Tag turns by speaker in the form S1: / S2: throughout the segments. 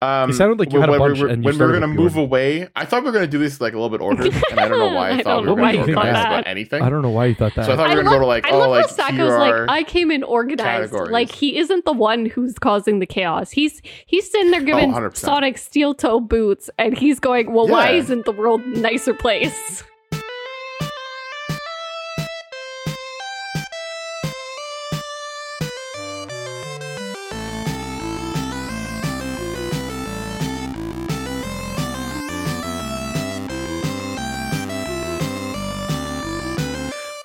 S1: Um,
S2: You sounded like you had a
S1: when we
S2: bunch
S1: were-
S2: and you
S1: when we were
S2: started
S1: going to move
S2: with Bjorn.
S1: away, I thought we were going to do this like a little bit ordered, and I don't know why I,
S3: I
S1: thought
S3: don't
S1: we were
S2: know why
S1: going to
S2: you
S1: organized
S2: think that.
S1: about anything.
S2: I don't know why you thought that.
S1: so I thought we
S3: I
S1: were going to go to like,
S3: I
S1: oh,
S3: love
S1: like
S3: how
S1: here
S3: Sacco's
S1: are-
S3: like, I came in organized.
S1: categories.
S3: Like he isn't the one who's causing the chaos. He's he's sitting
S1: Oh,
S3: there giving
S1: 100%.
S3: Sonic steel toe boots, and he's going, "Well, why
S1: Yeah.
S3: isn't the world a nicer place?"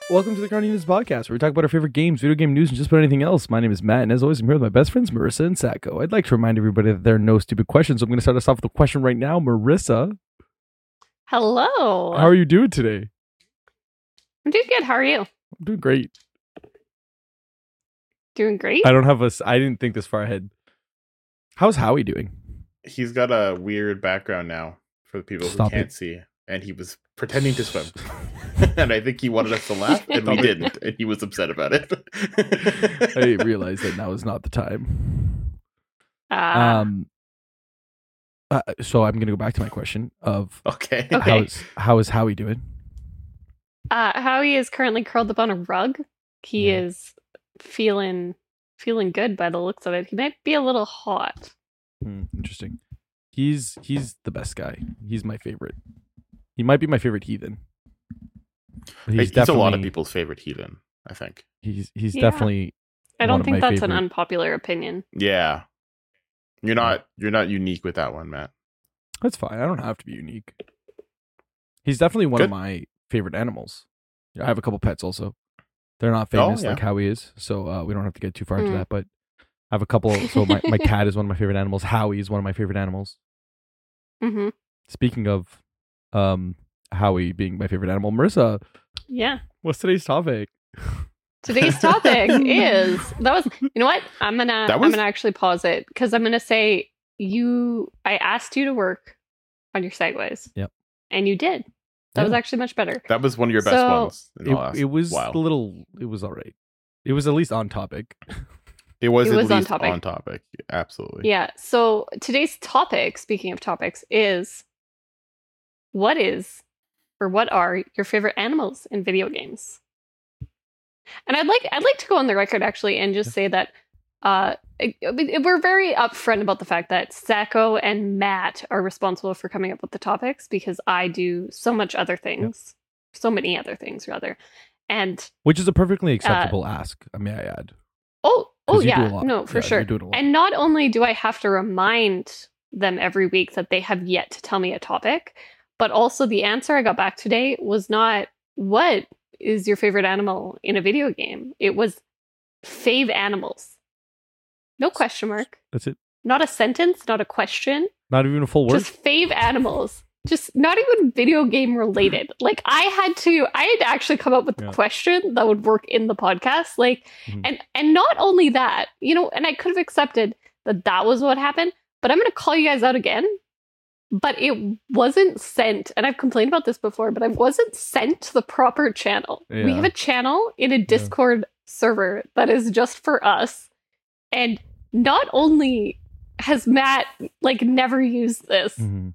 S2: Welcome to the Carney News Podcast, where we talk about our favorite games, video game news, and just about anything else. My name is Matt, and as always, I'm here with my best friends, Marissa and Sacco. I'd like to remind everybody that there are no stupid questions. so I'm going to start us off with a question right now. Marissa,
S3: Hello,
S2: how are you doing today?
S3: I'm doing good. How are you?
S2: I'm doing great.
S3: Doing great.
S2: I don't have a. s- I didn't think this far ahead. How's Howie doing?
S1: He's got a weird background now for the people
S2: Stop
S1: who can't
S2: it.
S1: see, and he was pretending to swim. and I think he wanted us to laugh, and we
S3: Stop it.
S1: didn't, and he was upset about it.
S2: I realized that now is not the time.
S1: Ah.
S3: Uh,
S2: Um. uh, so I'm going to go back to my question of
S1: okay.
S3: Okay.
S2: how is how is Howie doing?
S3: uh, Howie is currently curled up on a rug. He
S2: Yeah.
S3: is feeling feeling good by the looks of it. He might be a little hot.
S2: Hmm, interesting. He's he's the best guy. He's my favorite. He might be my favorite heathen.
S1: He's,
S2: But
S1: a lot of
S2: definitely-
S1: people's favorite heathen, I think.
S2: He's he's
S3: Yeah.
S2: definitely
S3: I
S2: One
S3: don't
S2: of
S3: think
S2: my
S3: that's an
S2: favorite-
S3: unpopular opinion.
S1: Yeah. You're not you're not unique with that one, Matt.
S2: that's fine. I don't have to be unique. He's definitely one of
S1: Good.
S2: my favorite animals. You know, I have a couple pets also. They're not famous
S1: Oh, yeah.
S2: like Howie is, so uh, we don't have to get too far into
S3: Mm.
S2: that. But I have a couple. So my, my cat is one of my favorite animals. Howie is one of my favorite animals.
S3: hmm
S2: Speaking of um, Howie being my favorite animal, Marissa,
S3: Yeah.
S2: what's today's topic?
S3: Today's topic is that was you know what I'm gonna
S1: That
S3: I'm
S1: was-
S3: gonna actually pause it because I'm gonna say you I asked you to work on your segues.
S2: Yep.
S3: And you did. That was
S2: Yeah.
S3: actually much better.
S1: That was one of your best
S3: So-
S1: ones in the
S2: it,
S1: last
S2: it was
S1: while.
S2: a little it was all right it was at least on topic
S1: It was,
S3: It
S1: at
S3: was on
S1: least
S3: topic.
S1: on topic. Absolutely.
S3: Yeah. So today's topic, speaking of topics, is what is or what are your favorite animals in video games? And I'd like I'd like to go on the record actually and just say that uh, it- it- we're very upfront about the fact that Sacco and Matt are responsible for coming up with the topics because I do so much other things, so many other things rather, and
S2: which is a perfectly acceptable ask i may i add
S3: oh
S2: 'Cause
S3: Uh, oh
S2: you do a
S3: yeah
S2: lot.
S3: no for
S2: Yeah,
S3: sure
S2: you do it a lot.
S3: and not only do I have to remind them every week that they have yet to tell me a topic, but also the answer I got back today was not what is your favorite animal in a video game? It was fave animals. No question mark.
S2: that's it
S3: Not a sentence, not a question.
S2: not even a full word
S3: Just fave animals. Just not even video game related. Like I had to I had to actually come up with
S2: Yeah.
S3: a question that would work in the podcast. Like
S2: Mhm.
S3: and and not only that, you know, and I could have accepted that that was what happened, but I'm going to call you guys out again. But it wasn't sent, and I've complained about this before, but I wasn't sent to the proper channel. We
S2: Yeah.
S3: have a channel in a Discord server that is just for us. And not only has Matt like never used this,
S2: Mhm.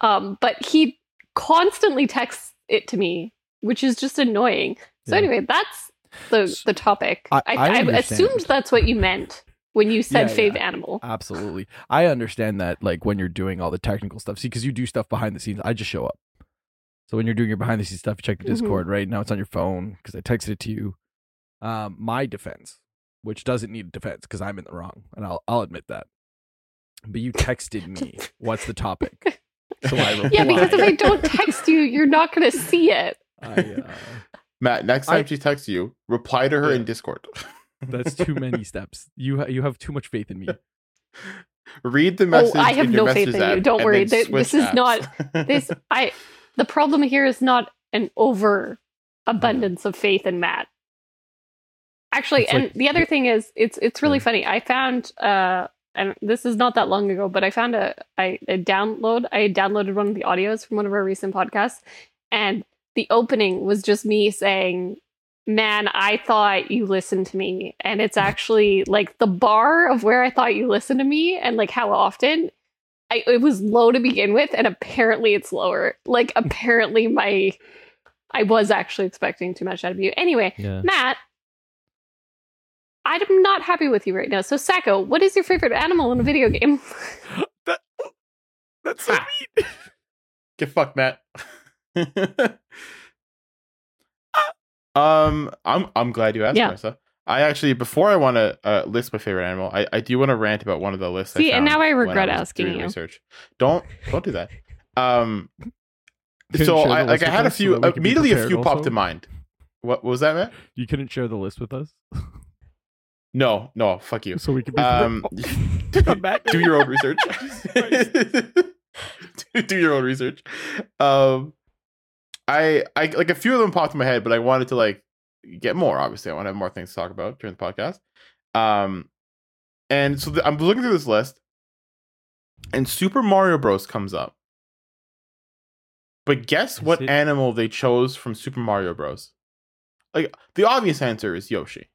S3: um, but he constantly texts it to me, which is just annoying. So
S2: Yeah.
S3: anyway, that's the
S2: S-
S3: the topic.
S2: I-
S3: I,
S2: I
S3: I,
S2: understand.
S3: assumed that's what you meant when you said
S2: Yeah,
S3: fave
S2: yeah.
S3: animal.
S2: absolutely i understand that like when you're doing all the technical stuff see because you do stuff behind the scenes i just show up so when you're doing your behind the scenes stuff you check the
S3: Mhm.
S2: discord right now it's on your phone because i texted it to you um, my defense which doesn't need defense because i'm in the wrong and I'll, I'll admit that but you texted me what's the topic so i replied
S3: Yeah, because if I don't text you, you're not going to see it.
S2: I, uh,
S1: Matt, next
S2: I-
S1: time she texts you, reply to her in Discord.
S2: That's too many steps. You ha- you have too much faith in me.
S1: Read the message.
S3: Oh, I have
S1: in your
S3: no faith
S1: messages
S3: in you.
S1: app
S3: Don't
S1: and
S3: worry.
S1: then
S3: Th-
S1: switch
S3: this is
S1: apps.
S3: not- This I the problem here is not an over abundance of faith in Matt. Actually,
S2: It's
S3: and
S2: like-
S3: the other thing is it's it's really
S2: Yeah.
S3: funny. I found uh and this is not that long ago, but I found a I a download. I had downloaded one of the audios from one of our recent podcasts and the opening was just me saying Man, I thought you listened to me. And it's actually like the bar of where I thought you listened to me and like how often I, it was low to begin with, and apparently it's lower. Like apparently my I was actually expecting too much out of you. Anyway,
S4: Yeah.
S3: Matt, I'm not happy with you right now. So Sacco, what is your favorite animal in a video game?
S2: That's so
S1: Ha.
S2: mean.
S1: Get fucked, Matt. um, I'm I'm glad you asked,
S3: Yeah.
S1: Marissa. I actually, before I want to uh, list my favorite animal, I, I do want to rant about one of the lists.
S3: See,
S1: I
S3: and
S1: found
S3: now I
S1: when
S3: regret
S1: was
S3: asking
S1: doing
S3: you.
S1: Research. Don't don't do that. Um,
S2: Couldn't
S1: so
S2: share the
S1: I
S2: list
S1: like I
S2: with
S1: had a
S2: us so
S1: few uh,
S2: that we could be
S1: immediately a
S2: prepared
S1: few popped
S2: also?
S1: in mind. What, what was that, Matt?
S2: You couldn't share the list with us,
S1: No, no, fuck you.
S2: so we could be
S1: Um,
S2: Come back.
S1: do your own research.
S2: Jesus Christ.
S1: do, do your own research. Um, I, I like a few of them popped in my head, but I wanted to like get more. Obviously, I want to have more things to talk about during the podcast. Um, and so th- I'm looking through this list, and Super Mario Bros. comes up. But guess
S4: Is
S1: what
S4: it-
S1: animal they chose from Super Mario Bros. Like the obvious answer is Yoshi.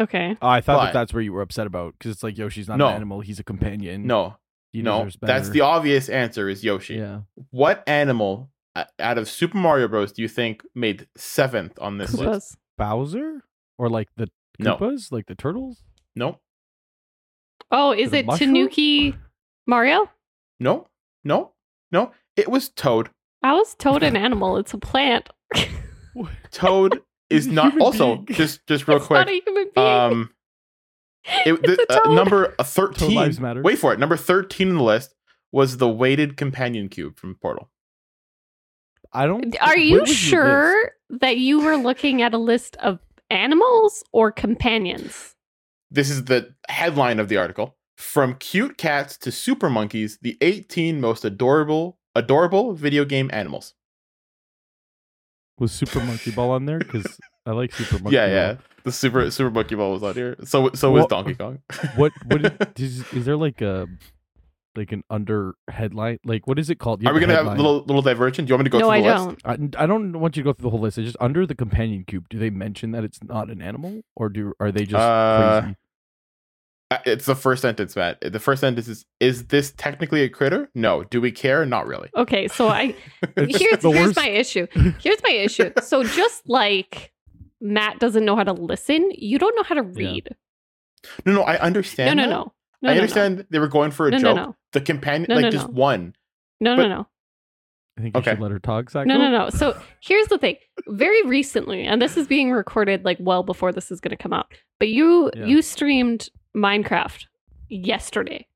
S3: Okay.
S2: Oh, I thought
S1: Why?
S2: that that's where you were upset about because it's like Yoshi's not
S1: No.
S2: an animal; he's a companion.
S1: No,
S2: he
S1: no,
S2: deserves
S1: that's
S2: better.
S1: the obvious answer is Yoshi.
S4: Yeah.
S1: what animal uh, out of Super Mario Bros. do you think made seventh on this list?
S3: Close.
S2: Bowser or like the
S1: No.
S2: Koopas, like the turtles.
S1: No,
S3: Oh, is
S2: The
S3: it
S2: mushroom?
S3: Tanuki Mario?
S1: no, no, no. It was Toad.
S3: How is Toad an animal? It's a plant.
S1: Toad is
S2: He's a
S1: not.
S2: human
S1: Also,
S2: being.
S1: just just real
S3: it's
S1: quick.
S3: not a human being.
S1: Um, it,
S3: It's
S1: the,
S3: a
S1: uh,
S3: toad.
S1: number uh, thirteen.
S2: lives matter.
S1: Wait for it. Number thirteen on the list was the weighted companion cube from Portal.
S2: I don't.
S3: Are
S2: where
S3: you
S2: was your list?
S3: sure that you were looking at a list of animals or companions?
S1: This is the headline of the article. From cute cats to super monkeys, the 18 most adorable adorable video game animals.
S2: Was Super Monkey Ball on there? Because I like Super Monkey.
S1: yeah, yeah.
S2: Ball.
S1: The super super monkey ball was on here. So so was
S2: What-
S1: Donkey Kong.
S2: What? What is, is, is there like a like an under headline? Like what is it called? You
S1: Are we gonna have
S2: headline.
S1: little little divergent? Do you want me to go
S3: no,
S1: through
S3: I
S1: the list?
S3: don't.
S2: I, I don't want you to go through the whole list. It's just under the companion cube. Do they mention that it's not an animal, or do are they just
S1: Uh,
S2: crazy?
S1: Uh, It's the first sentence, Matt. The first sentence is: Is this technically a critter? No. Do we care? Not really.
S3: Okay, so I
S2: It's
S3: here's
S2: the
S3: here's
S2: worst.
S3: my issue. Here's my issue. So just like Matt doesn't know how to listen, you don't know how to
S4: Yeah.
S3: read.
S1: No, no. I understand.
S3: no, no,
S1: that.
S3: no. No,
S1: I
S3: no,
S1: understand they were going for a
S3: No, no,
S1: joke.
S3: no.
S1: The companion,
S3: No,
S1: like
S3: no,
S1: just
S3: no.
S1: one.
S3: No, no,
S1: But-
S3: no. no.
S2: I think you
S1: Okay.
S2: should let her talk. Zach.
S3: No, no, no. So here's the thing. Very recently, and this is being recorded like well before this is going to come out. But you
S4: Yeah.
S3: you streamed Minecraft yesterday,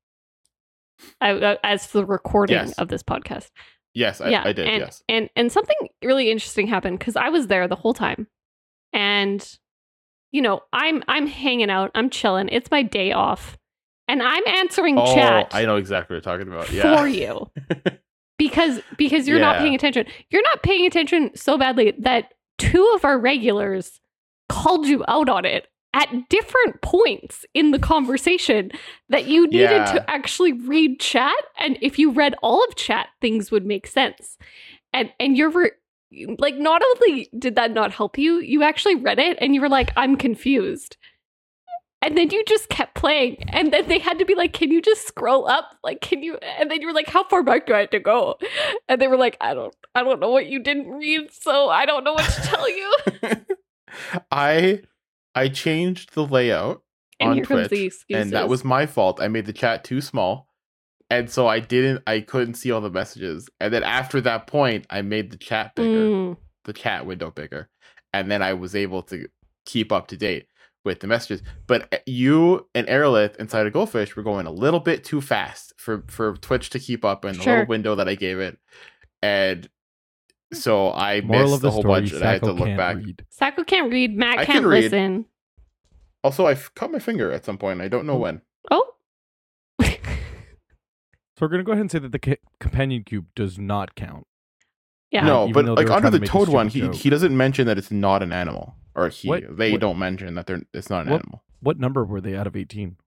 S3: I, I- as the recording
S1: Yes.
S3: of this podcast.
S1: Yes, I,
S3: yeah,
S1: I did.
S3: And,
S1: yes.
S3: and and something really interesting happened because I was there the whole time, and you know I'm I'm hanging out, I'm chilling. It's my day off, and I'm answering
S1: Oh,
S3: chat
S1: I know exactly what you're talking about.
S3: for
S1: Yeah.
S3: you because because you're not
S1: Yeah.
S3: paying attention you're not paying attention so badly that two of our regulars called you out on it at different points in the conversation that you needed
S1: Yeah.
S3: to actually read chat and if you read all of chat things would make sense and and you're re- like not only did that not help you you actually read it and you were like i'm confused and then you just kept playing. And then they had to be like, can you just scroll up? Like, can you? And then you were like, how far back do I have to go? And they were like, I don't, I don't know what you didn't read. So I don't know what to tell you.
S1: I I changed the layout
S3: And
S1: On
S3: here comes
S1: Twitch,
S3: the excuses.
S1: and that was my fault. I made the chat too small, and so I didn't. I couldn't see all the messages. And then after that point, I made the chat bigger,
S3: Mm.
S1: the chat window bigger, and then I was able to keep up to date with the messages. But eh, you and Aerolith inside of Goldfish were going a little bit too fast for for Twitch to keep up in the
S3: Sure.
S1: little window that I gave it, and so I
S2: Moral of
S1: missed
S2: the
S1: the whole
S2: story,
S1: bunch, and I had
S2: Sacco
S1: to look
S2: can't
S1: back.
S2: read.
S3: Sacco can't read. Matt
S1: I
S3: can't
S1: can read.
S3: listen.
S1: Also, I f- cut my finger at some point. I don't know
S2: Mm.
S1: when.
S3: Oh,
S2: So we're gonna go ahead and say that the ca- companion cube does not count.
S3: yeah.
S2: No.
S1: no,
S2: even
S1: but
S2: though they
S1: like
S2: were
S1: under
S2: trying to
S1: the
S2: make a
S1: toad one,
S2: stupid
S1: he
S2: joke.
S1: he doesn't mention that it's not an animal, or he
S2: What-
S1: they
S2: what-
S1: don't mention that they're it's not an
S2: What-
S1: animal.
S2: What number were they out of eighteen?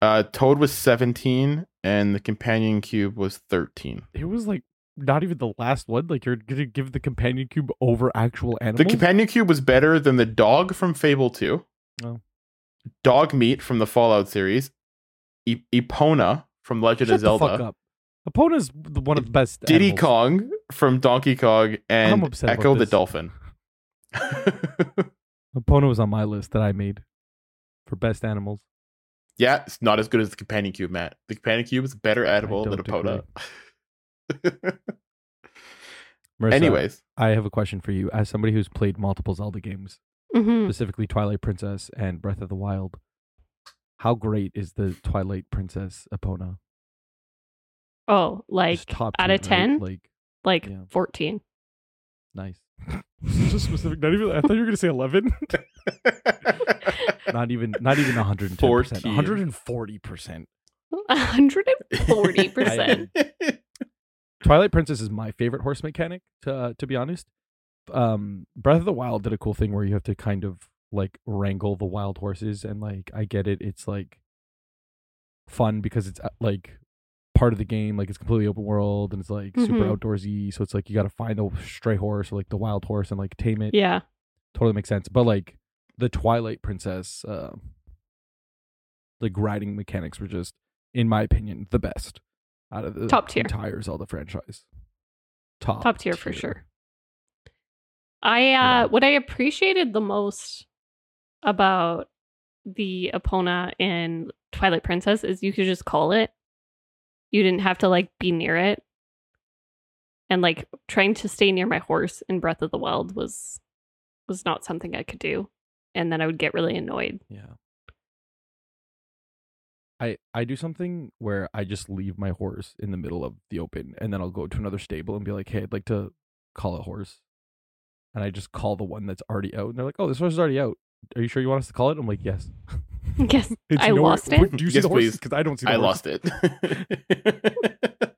S1: Uh, toad was seventeen, and the companion cube was thirteen.
S2: It was like not even the last one. Like you're gonna give the companion cube over actual animals.
S1: The companion cube was better than the dog from Fable Two,
S2: Oh.
S1: dog meat from the Fallout series, e- Epona from Legend
S2: Shut
S1: of Zelda.
S2: the fuck up. Epona's the- one of the best.
S1: Diddy
S2: animals.
S1: Kong from Donkey Kong and
S2: I'm upset about
S1: Echo the
S2: this.
S1: Dolphin.
S2: Epona was on my list that I made for best animals.
S1: yeah, it's not as good as the companion cube, Matt. The companion cube is a better edible than
S2: don't
S1: Epona.
S2: Marissa,
S1: Anyways,
S2: I have a question for you. As somebody who's played multiple Zelda games,
S3: Mhm.
S2: specifically Twilight Princess and Breath of the Wild, how great is the Twilight Princess Epona?
S3: Oh, like
S2: Just top
S3: out
S2: tier,
S3: of 10?
S2: right? Like
S3: like
S2: yeah.
S3: 14.
S2: nice. specific. Not even. I thought you were gonna say eleven. not even. Not even one hundred and ten percent.
S1: 14.
S2: One hundred and forty percent.
S3: 140%.
S2: Twilight Princess is my favorite horse mechanic. To uh, to be honest, um, Breath of the Wild did a cool thing where you have to kind of like wrangle the wild horses, and like I get it, it's like fun because it's uh, like part of the game, like it's completely open world and it's like super
S3: Mhm.
S2: outdoorsy. So it's like you got to find the stray horse or like the wild horse and like tame it.
S3: yeah.
S2: Totally makes sense. But like the Twilight Princess, uh, like riding mechanics were just, in my opinion, the best out of the
S3: Top tier.
S2: entire Zelda franchise. Top
S3: Top tier for sure. I uh what I appreciated the most about the Epona in Twilight Princess is you could just call it. You didn't have to like be near it. And like trying to stay near my horse in Breath of the Wild was was not something I could do. And then I would get really annoyed.
S2: Yeah. I I do something where I just leave my horse in the middle of the open and then I'll go to another stable and be like, "Hey, I'd like to call a horse." And I just call the one that's already out and they're like, "Oh, this horse is already out. Are you sure you want us to call it?" I'm like, "Yes."
S3: Yes,
S2: It's
S3: I
S2: nowhere-
S3: lost
S2: Where-
S3: it.
S2: Do you see
S1: Yes,
S2: the horse?
S1: please.
S2: Because I don't see. The
S1: I
S2: horse.
S1: lost it.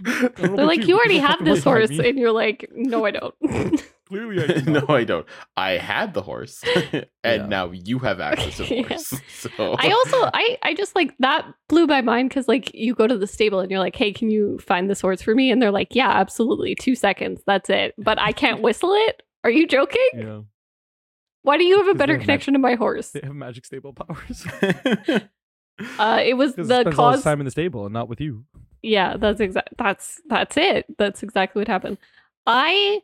S2: What
S3: They're
S2: about
S3: like,
S2: you?
S3: you,
S2: Did
S3: already
S2: you
S3: have
S2: fucking
S3: this
S2: look at
S3: horse,
S2: me?
S3: and you're like, no, I don't.
S2: Clearly, I did
S1: no,
S2: not.
S1: I don't. I had the horse, and
S2: Yeah.
S1: now you have access to the
S3: Yeah.
S1: horse. So
S3: I also, I, I just like that blew my mind because like you go to the stable and you're like, hey, can you find this horse for me? And they're like, yeah, absolutely, two seconds, that's it. But I can't whistle it. Are you joking?
S2: Yeah,
S3: Why do you have a
S2: 'Cause
S3: better
S2: they're mad.
S3: connection to my horse?
S2: they have magic stable powers.
S3: Uh, it was
S2: Because
S3: the
S2: spends all
S3: cause.
S2: his time in the stable and not with you.
S3: yeah that's exact that's that's it that's exactly what happened i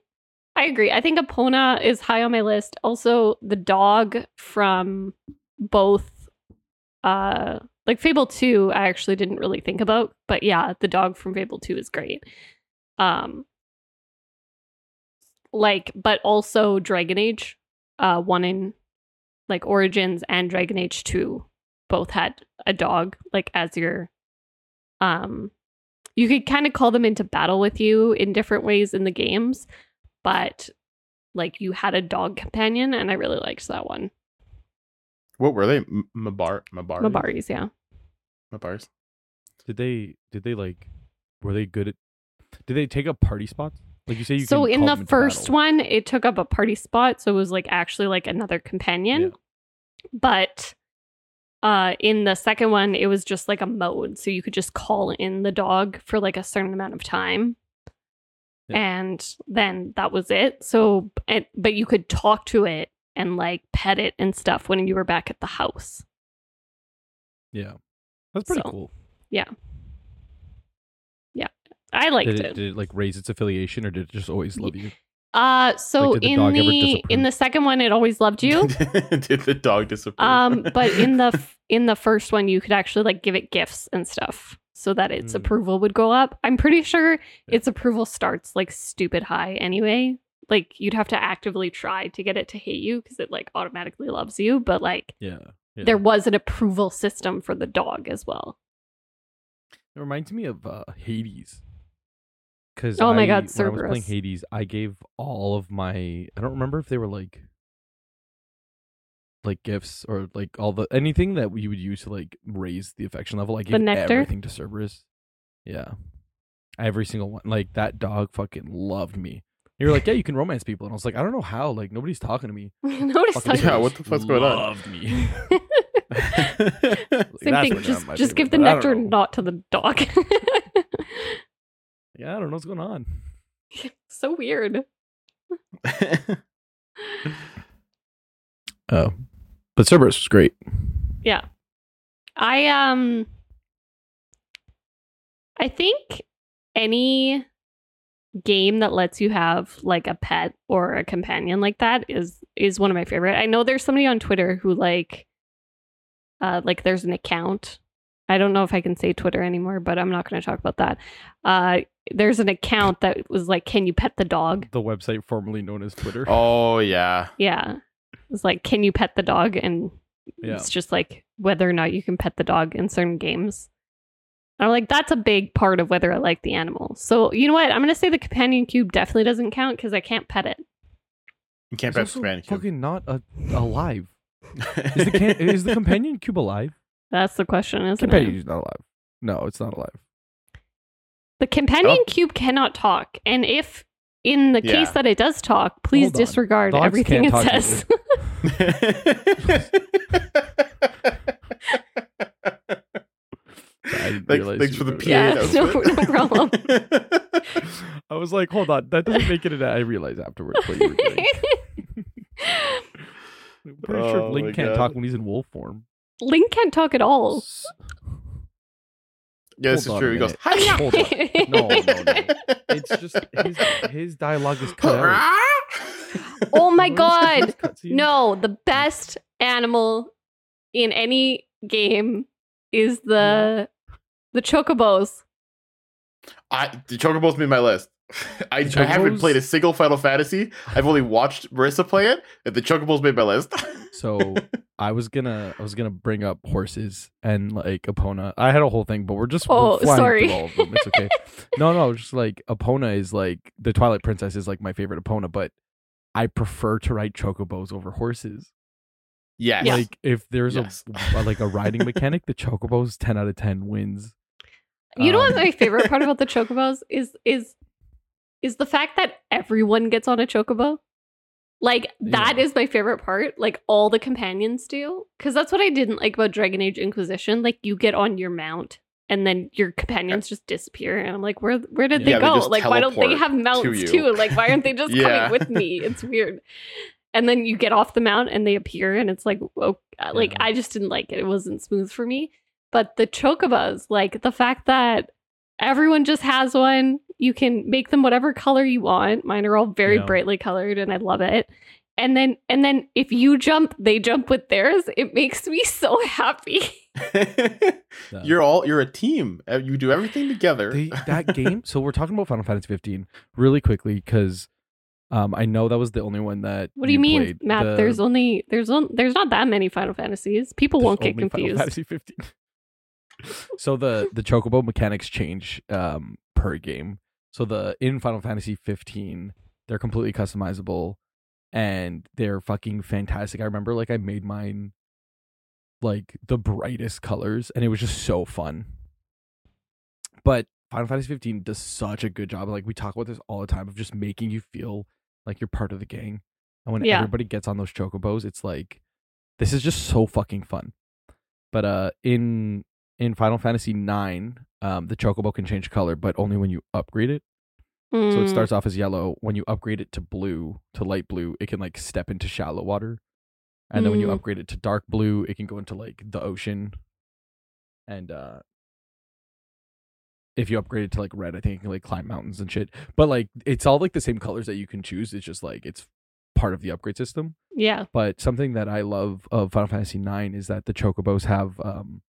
S3: i agree i think epona is high on my list also the dog from both uh like fable 2 i actually didn't really think about but yeah the dog from fable 2 is great um like but also dragon age uh one in like origins and dragon age 2 both had a dog like as your um you could kind of call them into battle with you in different ways in the games, but like you had a dog companion, and I really liked that one.
S1: what were they? M- Mabar, Mabar,
S3: Mabaris, yeah.
S1: Mabars.
S2: Did they? Did they like? Were they good at? Did they take up party spots? Like you say, you
S3: So
S2: can
S3: in
S2: call
S3: the
S2: them into
S3: first
S2: battle.
S3: one, it took up a party spot, so it was like actually like another companion.
S2: Yeah.
S3: But uh in the second one, it was just like a mode, so you could just call in the dog for like a certain amount of time.
S2: Yeah.
S3: And then that was it. So and, but you could talk to it and like pet it and stuff when you were back at the house.
S2: Yeah, that's pretty
S3: So,
S2: cool.
S3: I liked
S2: Did
S3: it.
S2: it, did it like raise its affiliation, or did it just always love you?
S3: Uh so
S2: Like, did the
S3: in
S2: dog ever
S3: the in
S2: disapprove?
S3: the second one it always loved you.
S1: Did the dog disapprove?
S3: um but in the f- in the first one you could actually like give it gifts and stuff so that its
S2: Mm.
S3: approval would go up i'm pretty sure its approval starts like stupid high anyway like you'd have to actively try to get it to hate you because it like automatically loves you but like
S2: Yeah, yeah.
S3: there was an approval system for the dog as well
S2: It reminds me of uh, Hades. Because
S3: Oh
S2: when
S3: my God,
S2: I was playing
S3: Cerberus.
S2: Hades, I gave all of my. I don't remember if they were like, like gifts or like all the anything that you would use to like raise the affection level. I gave
S3: nectar?
S2: everything to Cerberus. Yeah, every single one. Like that dog fucking loved me. You were like, yeah, you can romance people, and I was like, I don't know how. Like nobody's talking to me.
S3: notice
S2: Fucking
S1: Yeah,
S3: that
S1: what the fuck's going on?
S2: Loved me. Like,
S3: same
S2: that's
S3: thing
S2: what got
S3: just
S2: my
S3: just
S2: favorite,
S3: give the
S2: but I don't
S3: nectar
S2: know.
S3: not to the dog
S2: Yeah, I don't know what's going on.
S3: so weird
S2: Oh, but Cerberus was great.
S3: I um I think any game that lets you have like a pet or a companion like that is is one of my favorite. I know there's somebody on Twitter who like uh like there's an account. I don't know if I can say Twitter anymore, but I'm not going to talk about that. Uh there's an account that was like can you pet the dog?
S2: The website formerly known as Twitter.
S1: Oh yeah.
S3: Yeah. It's like can you pet the dog and
S2: yeah.
S3: it's just like whether or not you can pet the dog in certain games. And I'm like, that's a big part of whether I like the animal. So you know what? I'm gonna say the companion cube definitely doesn't count because I can't pet it.
S1: You can't
S2: It's
S1: pass
S2: also
S1: the cube.
S2: fucking not a, alive. Is the, can- is the companion cube alive?
S3: That's the question, isn't it?
S2: not alive. No, it's not alive.
S3: The companion
S2: Oh.
S3: cube cannot talk, and if in the
S1: Yeah.
S3: case that it does talk, please
S2: Hold on.
S3: disregard
S2: Dogs
S3: everything it
S2: can't talk
S3: says.
S2: I didn't
S1: Thanks,
S2: realize
S1: thanks
S2: you
S1: for the PA.
S2: wrote it.
S3: Yeah, no- no problem.
S2: I was like, hold on, that doesn't make it. An, I realized afterwards what you were doing. I'm pretty sure
S1: Oh my
S2: Link can't
S1: God.
S2: talk when he's in wolf form.
S3: Link can't talk at all.
S2: S-
S1: yeah, this
S2: Hold on
S1: is
S2: a
S1: true. He goes,
S2: minute.
S1: "Hi-ya!"
S2: Hold on. No, no, no. It's just his, his dialogue is cut out.
S3: oh my
S2: Notice
S3: god.
S2: his cutscene?
S3: No, the best animal in any game is the the chocobos.
S1: I the Chocobo's made my list. I,
S2: The
S1: I haven't
S2: Chocobos?
S1: played a single Final Fantasy. I've only watched Marissa play it, and the Chocobo's made my list.
S2: So I was gonna I was gonna bring up horses and like Epona. I had a whole thing, but we're just we're
S3: Oh,
S2: flying
S3: sorry.
S2: through all of them. It's okay. no, no, just like Epona is like the Twilight Princess is like my favorite Epona, but I prefer to ride chocobos over horses.
S1: yes.
S2: Like if there's
S1: Yes.
S2: a like a riding mechanic, the chocobos ten out of ten wins.
S3: You know what
S2: Um,
S1: Oh.
S3: my favorite part about the chocobos is is is the fact that everyone gets on a chocobo. Like that is
S2: Yeah.
S3: my favorite part. Like all the companions do, because that's what I didn't like about Dragon Age Inquisition. Like you get on your mount, and then your companions just disappear, and I'm like, where where did they
S1: Yeah, they
S3: go?
S1: just
S3: like why don't they
S1: teleport
S3: have mounts
S1: you.
S3: too? Like why aren't they just
S1: Yeah.
S3: coming with me? It's weird. And then you get off the mount and they appear, and it's like, oh, like
S2: Yeah.
S3: I just didn't like it. It wasn't smooth for me. But the chocobos, like the fact that everyone just has one, you can make them whatever color you want. Mine are all very
S2: Yeah.
S3: brightly colored, and I love it. And then, and then if you jump, they jump with theirs. It makes me so happy.
S2: yeah.
S1: you're all you're a team. Uh, You do everything together.
S2: They, that game. So we're talking about Final Fantasy 15 really quickly because um, I know that was the only one that.
S3: What do you, mean,
S2: played.
S3: Matt?
S2: The-
S3: There's only there's on, there's not that many Final Fantasies. People
S2: there's
S3: won't get
S2: only Final
S3: confused.
S2: Fantasy 15. so the the chocobo mechanics change um, per game. So the in Final Fantasy 15, they're completely customizable, and they're fucking fantastic. I remember like I made mine like the brightest colors, and it was just so fun. But Final Fantasy 15 does such a good job. Like we talk about this all the time of just making you feel like you're part of the gang. And when
S3: Yeah.
S2: everybody gets on those chocobos, it's like this is just so fucking fun. But uh in in Final Fantasy 9, um the chocobo can change color, but only when you upgrade it. So it
S3: Mm.
S2: starts off as yellow. When you upgrade it to blue, to light blue, it can like step into shallow water. And then when you
S3: Mm.
S2: upgrade it to dark blue, it can go into like the ocean. And uh if you upgrade it to like red, I think it can like climb mountains and shit. But like it's all like the same colors that you can choose. It's just like it's part of the upgrade system.
S3: Yeah.
S2: But something that I love of Final Fantasy IX is that the chocobos have um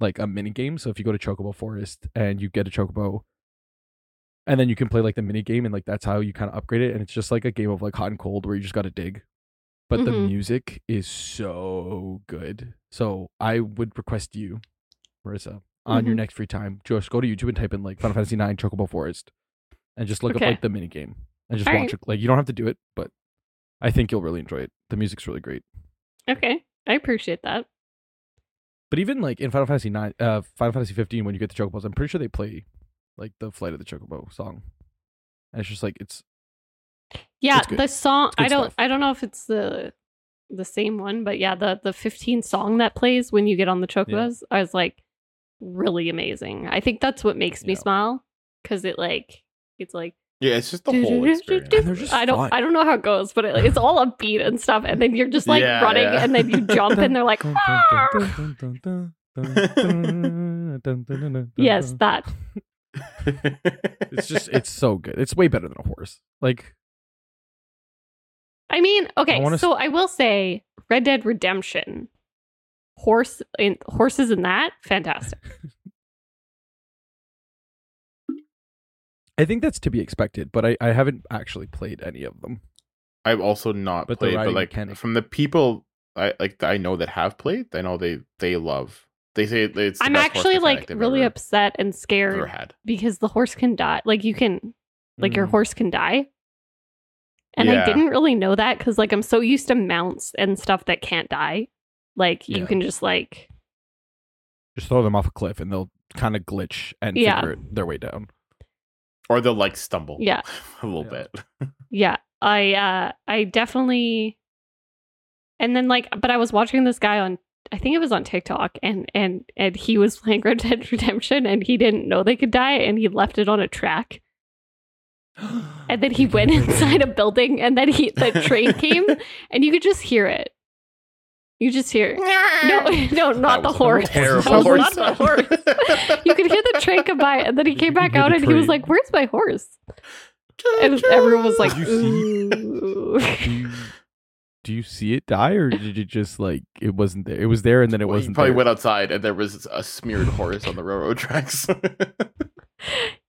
S2: like a mini game. So if you go to Chocobo Forest and you get a chocobo, and then you can play like the mini game, and like that's how you kind of upgrade it. And it's just like a game of like hot and cold where you just got to dig. But the
S3: Mhm.
S2: music is so good. So I would request you, Marissa, on your
S3: Mhm.
S2: next free time, just go to YouTube and type in like Final Fantasy IX Chocobo Forest, and just look
S3: Okay.
S2: up like the mini game and just
S3: All
S2: watch it. Like you don't have to do it, but I think you'll really enjoy it. The music's really great.
S3: Okay. I appreciate that.
S2: But even like in Final Fantasy nine, uh, Final Fantasy fifteen, when you get the chocobos, I'm pretty sure they play like the flight of the chocobo song. And it's just like it's
S3: Yeah,
S2: It's good.
S3: the song.
S2: It's good
S3: I don't.
S2: stuff.
S3: I don't know if it's the the same one, but yeah, the the 15 song that plays when you get on the chocobos I was like really amazing. I think that's what makes me
S2: Yeah.
S3: smile because it like it's like
S1: yeah, it's just the whole experience.
S2: And they're just
S3: I don't
S2: fun.
S3: I don't know how it goes, but it, it's all upbeat and stuff, and then you're just like
S1: Yeah,
S3: running,
S1: yeah.
S3: and then you jump, and they're like,
S2: Dun,
S3: "Ah!"
S2: dun, dun, dun, dun, dun, dun, dun, dun, dun, dun, dun, dun,
S3: yes,
S2: dun.
S3: that
S2: It's just it's so good. It's way better than a horse. Like
S3: I mean, okay,
S2: I wanna s-
S3: so I will say Red Dead Redemption. Horse in horses in that, fantastic.
S2: I think that's to be expected, but I, I haven't actually played any of them.
S1: I've also not
S2: But the
S1: played, but
S2: riding
S1: like
S2: mechanic.
S1: from the people I like that I know that have played, I know they they love. They say it's. The
S3: I'm
S1: best horse
S3: actually
S1: mechanic
S3: like
S1: they've
S3: really
S1: ever,
S3: upset and
S1: ever
S3: scared
S1: had.
S3: because the horse can die. Like you can like your
S2: Mm.
S3: horse can die. And
S1: Yeah.
S3: I didn't really know that because like I'm so used to mounts and stuff that can't die. Like you
S2: Yeah.
S3: can just like
S2: just throw them off a cliff and they'll kind of glitch and
S3: Yeah.
S2: figure it, their way down.
S1: or they'll like stumble.
S3: Yeah.
S1: a little
S2: Yeah.
S1: bit.
S3: yeah i uh i definitely and then like but i was watching this guy on i think it was on tiktok and and and he was playing red dead redemption and he didn't know they could die and he left it on a track and then he went inside a building and then he the train came and you could just hear it you just hear it. no no
S1: That
S3: not the
S1: was a
S3: horse
S1: Terrible
S3: That was
S1: horse.
S3: not the horse you could hear the train come by and then he
S2: You
S3: came
S2: could
S3: back
S2: hear
S3: out
S2: the
S3: and he was
S2: train.
S3: like where's my horse and everyone was like ooh
S2: do you, do you see it die or did you just like it wasn't there? It was there and then it
S1: Well, you
S2: wasn't
S1: probably
S2: there.
S1: went outside and there was a smeared horse on the railroad tracks.
S3: Uh,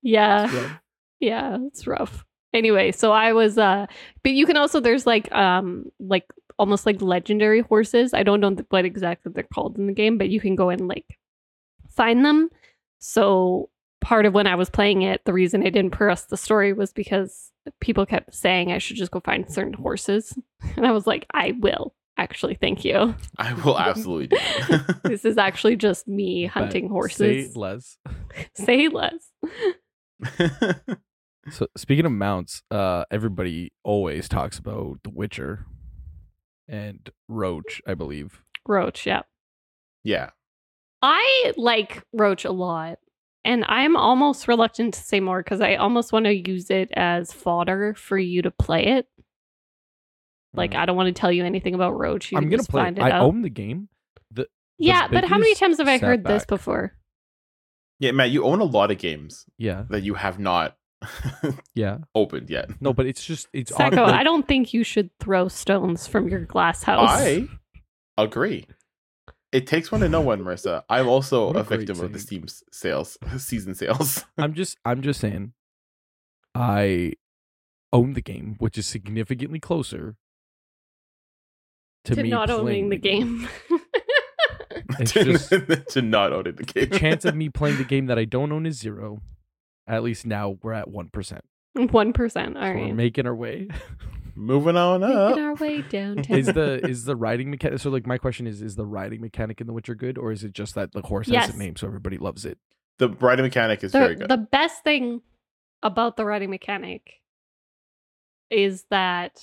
S3: yeah
S2: Yeah.
S3: yeah it's rough anyway so i was uh but you can also there's like um like almost like legendary horses i don't know th- what exactly they're called in the game but you can go and like find them so part of when i was playing it the reason i didn't progress the story was because people kept saying i should just go find certain horses and i was like i will actually thank you
S1: I will absolutely do it.
S3: this is actually just me
S2: But
S3: hunting
S2: say
S3: horses
S2: less.
S3: say less
S2: So speaking of mounts, uh, everybody always talks about The Witcher and Roach, I believe.
S3: roach yeah
S1: yeah.
S3: I like Roach a lot, and I'm almost reluctant to say more because I almost want to use it as fodder for you to play it. Like, I don't want to tell you anything about Roach.
S2: Mm.
S3: You
S2: I'm
S3: can
S2: gonna
S3: just
S2: play.
S3: find
S2: It.
S3: it
S2: I
S3: out.
S2: own the game.
S3: yeah, but how many
S2: biggest
S3: times have I heard this
S2: setback.
S3: before?
S1: Yeah, Matt, you own a lot of games
S2: Yeah,
S1: that you have not
S2: yeah.
S1: opened yet.
S2: No, but it's just it's. odd,
S3: Sacco,
S2: like,
S3: I don't think you should throw stones from your glass house.
S1: I agree. It takes one to know one, Marissa. I'm also
S2: What a
S1: a
S2: great
S1: victim of the
S2: saying.
S1: Steam s- sales, season sales.
S2: I'm just I'm just saying I own the game, which is significantly closer to,
S3: to,
S2: me
S3: not owning
S2: playing
S3: the game.
S2: It's
S1: to,
S2: just
S1: to not owning the
S2: the
S1: game.
S2: chance of me playing the game that I don't own is zero. At least now we're at one percent.
S3: One percent. All
S2: So we're
S3: right.
S2: making our way.
S1: Moving on up.
S3: Making our way downtown.
S2: Uh, is the is the riding mechanic so like my question is is the riding mechanic in The Witcher good or is it just that the horse has
S3: Yes.
S2: a name so everybody loves it?
S1: The riding mechanic is very
S3: the,
S1: good.
S3: the best thing about the riding mechanic is that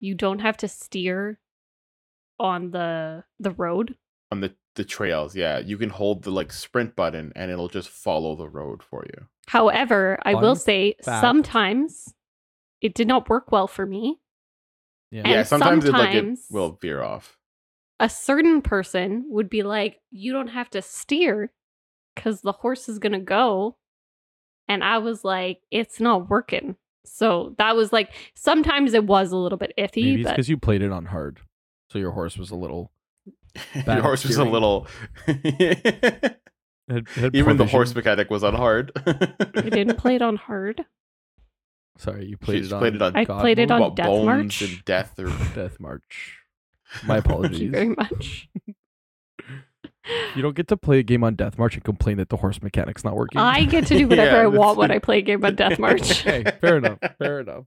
S3: you don't have to steer on the the road.
S1: on the the trails yeah you can hold the like sprint button and it'll just follow the road for you
S3: However, I will
S2: Fun
S3: say
S2: fact.
S3: sometimes it did not work well for me.
S2: Yeah.
S3: And
S1: yeah sometimes, it like it
S3: sometimes-
S1: will veer off
S3: A certain person would be like, "You don't have to steer cuz the horse is going to go." And I was like, "It's not working." So that was like sometimes it was a little bit iffy,
S2: Maybe it's
S3: but
S2: because you played it on hard. So your horse was a little
S1: your
S2: Bad
S1: horse was a
S2: steering.
S1: little
S2: had- had poor
S1: even the horse
S2: vision.
S1: mechanic was on hard
S3: I didn't play it on hard.
S2: Sorry, you played
S1: She's
S2: it on.
S1: played it on-
S3: I
S2: God
S3: played it
S2: mode?
S3: on
S1: What,
S3: Death
S1: bones
S3: March?
S1: and death or
S2: Death March. My
S3: Thank
S2: apologies.
S3: you
S2: you,
S3: very much.
S2: don't get to play a game on Death March and complain that the horse mechanic's not working.
S3: I get to do whatever
S1: Yeah,
S3: I
S1: that's-
S3: want when I play a game on Death March.
S2: okay, fair enough. Fair enough.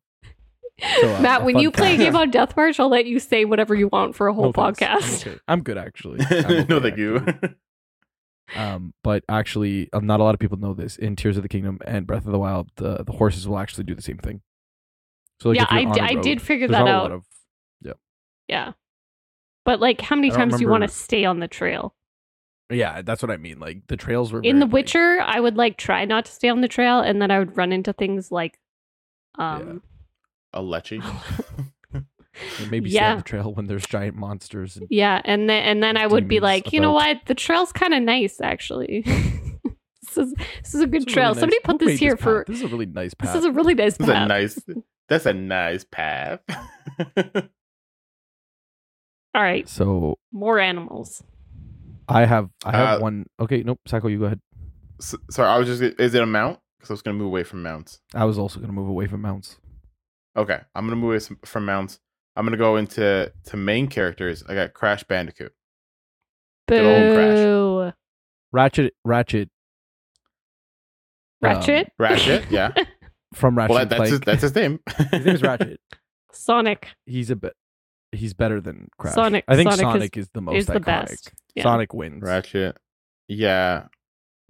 S2: So, uh,
S3: Matt, when
S2: fun
S3: you play a
S2: fact.
S3: game on Death March, I'll let you say whatever you want for a whole
S2: No thanks. I'm
S3: podcast.
S2: okay. I'm good actually. I'm okay,
S1: no thank you
S2: actually. Um, but actually, um, not a lot of people know this. In Tears of the Kingdom and Breath of the Wild, the, the horses will actually do the same thing. So like,
S3: yeah,
S2: if you're
S3: I,
S2: on
S3: d-
S2: a
S3: I
S2: road,
S3: did figure
S2: there's
S3: that
S2: not a lot
S3: out.
S2: of-
S3: yeah. But like, how many
S2: I don't
S3: times do you want to
S2: remember-
S3: stay on the trail?
S2: yeah, that's what I mean. Like the trails were
S3: In
S2: very
S3: The
S2: big.
S3: Witcher, I would like try not to stay on the trail, and then I would run into things like, um,
S1: a leche
S2: And maybe stay
S3: Yeah.
S2: on the trail when there's giant monsters and
S3: yeah, and then and then I would be
S2: Demons
S3: like, you know
S2: about.
S3: what, the trail's kind of nice actually. this is this is a good
S2: This is a really
S3: trail.
S2: nice-
S3: Somebody
S2: who
S3: put
S2: made
S3: this here
S2: path?
S3: for.
S2: This is a really nice path.
S3: This is a really nice
S1: That's a
S3: path.
S1: nice. That's a nice path.
S3: All right,
S2: so
S3: more animals.
S2: I have I have
S1: Uh,
S2: one. Okay, nope. Psycho, you go ahead.
S1: S- sorry, I was just. Is it a mount? Because I was gonna move away from mounts.
S2: I was also gonna move away from mounts.
S1: Okay, I'm gonna move away s- from mounts. I'm gonna go into to main characters. I got Crash Bandicoot. Good old Crash.
S3: Boo.
S2: Ratchet, Ratchet um,
S3: Ratchet.
S1: Ratchet. Yeah.
S2: from Ratchet.
S1: well, that, that's
S2: Clank.
S1: his, that's his name.
S2: his name is Ratchet.
S3: Sonic.
S2: He's a bit. He's better than Crash.
S3: Sonic-
S2: I think
S3: Sonic
S2: Sonic,
S3: is-
S2: is, the most
S3: Is the
S2: iconic.
S3: best. Yeah.
S2: Sonic wins.
S1: Ratchet. Yeah.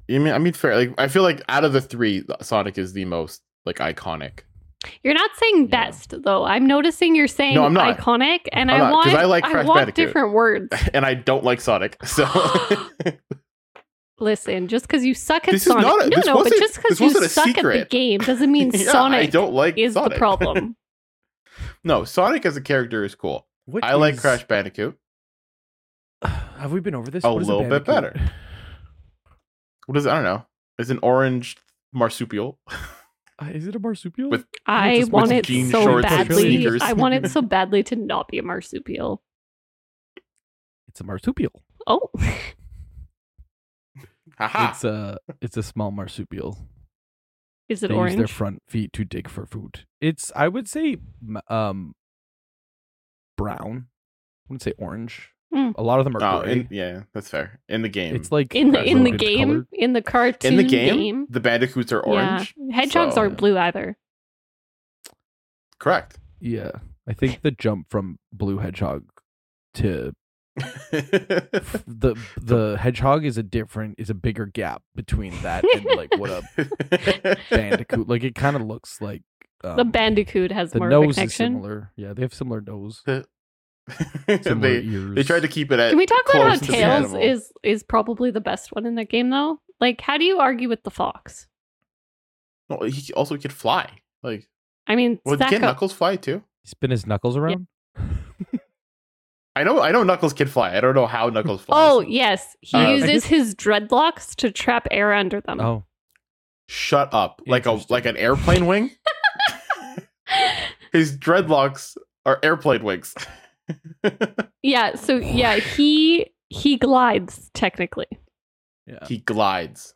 S1: You mean I mean fair like I feel like out of the three uh, Sonic is the most like iconic.
S3: You're not saying
S2: Yeah.
S3: best though. I'm noticing you're saying
S1: No, I'm not.
S3: iconic, and
S1: I'm
S3: I
S1: not, 'cause
S3: want
S1: I like Crash
S3: want
S1: Bandicoot.
S3: different words.
S1: And I don't like Sonic. So
S3: Listen, just because you suck at
S1: This is
S3: Sonic,
S1: not a-
S3: no,
S1: this
S3: no, but
S1: wasn't-
S3: just because
S1: this
S3: you
S1: wasn't a
S3: suck at
S1: secret.
S3: the game doesn't mean
S1: Yeah,
S3: Sonic
S1: I don't like
S3: is
S1: Sonic.
S3: the problem.
S1: No, Sonic as a character is cool.
S2: What
S1: I like
S2: is-
S1: Crash Bandicoot.
S2: Have we been over this?
S1: A
S2: What is
S1: little bit
S2: bandicoot?
S1: What is it? I don't know. It's an orange marsupial.
S2: Uh, is it a marsupial?
S1: With-
S2: With
S3: I
S2: just- with
S3: want it
S1: jean
S3: so
S1: shorts
S2: and
S3: badly.
S1: sneakers.
S3: I want it so badly to not be a marsupial.
S2: it's a marsupial.
S3: Oh,
S1: Haha.
S2: It's a it's a small marsupial.
S3: is it
S2: they use their
S3: orange?
S2: front feet to dig for food. It's I would say m- um brown. I wouldn't say orange.
S3: Mm.
S2: A lot of them are
S1: Oh,
S2: gray.
S1: in, yeah, that's fair. In the game.
S2: It's like
S3: in the
S1: Crash
S3: in the
S2: loaded
S3: game,
S2: colored.
S3: in the cartoon,
S1: in the game, the bandicoots are orange.
S3: Yeah. Hedgehogs
S1: so-
S3: aren't blue either.
S1: Correct.
S2: Yeah, I think the jump from blue hedgehog to f- the the hedgehog is a different is a bigger gap between that and like what a bandicoot. Like it kind of looks like um,
S3: The bandicoot has
S2: the
S3: more of a
S2: nose is
S3: connection.
S2: similar. Yeah, they have similar nose, similar
S1: they,
S2: ears.
S1: they tried to keep it at
S3: Can we talk about how
S1: close to the
S3: Tails
S1: animal.
S3: is is probably the best one in that game though? Like, how do you argue with the fox?
S1: No, he also could fly. Like,
S3: I mean,
S1: well,
S3: stack
S1: can
S3: up.
S1: Knuckles fly too?
S2: spin his knuckles around.
S1: I know, I know, Knuckles can fly. I don't know how Knuckles flies.
S3: Oh yes, he
S1: Uh,
S3: uses
S2: I guess-
S3: his dreadlocks to trap air under them.
S2: Oh,
S1: shut up! Like a
S2: Interesting.
S1: like an airplane wing. His dreadlocks are airplane wings.
S3: yeah. So yeah, he he glides technically.
S2: yeah.
S1: he glides.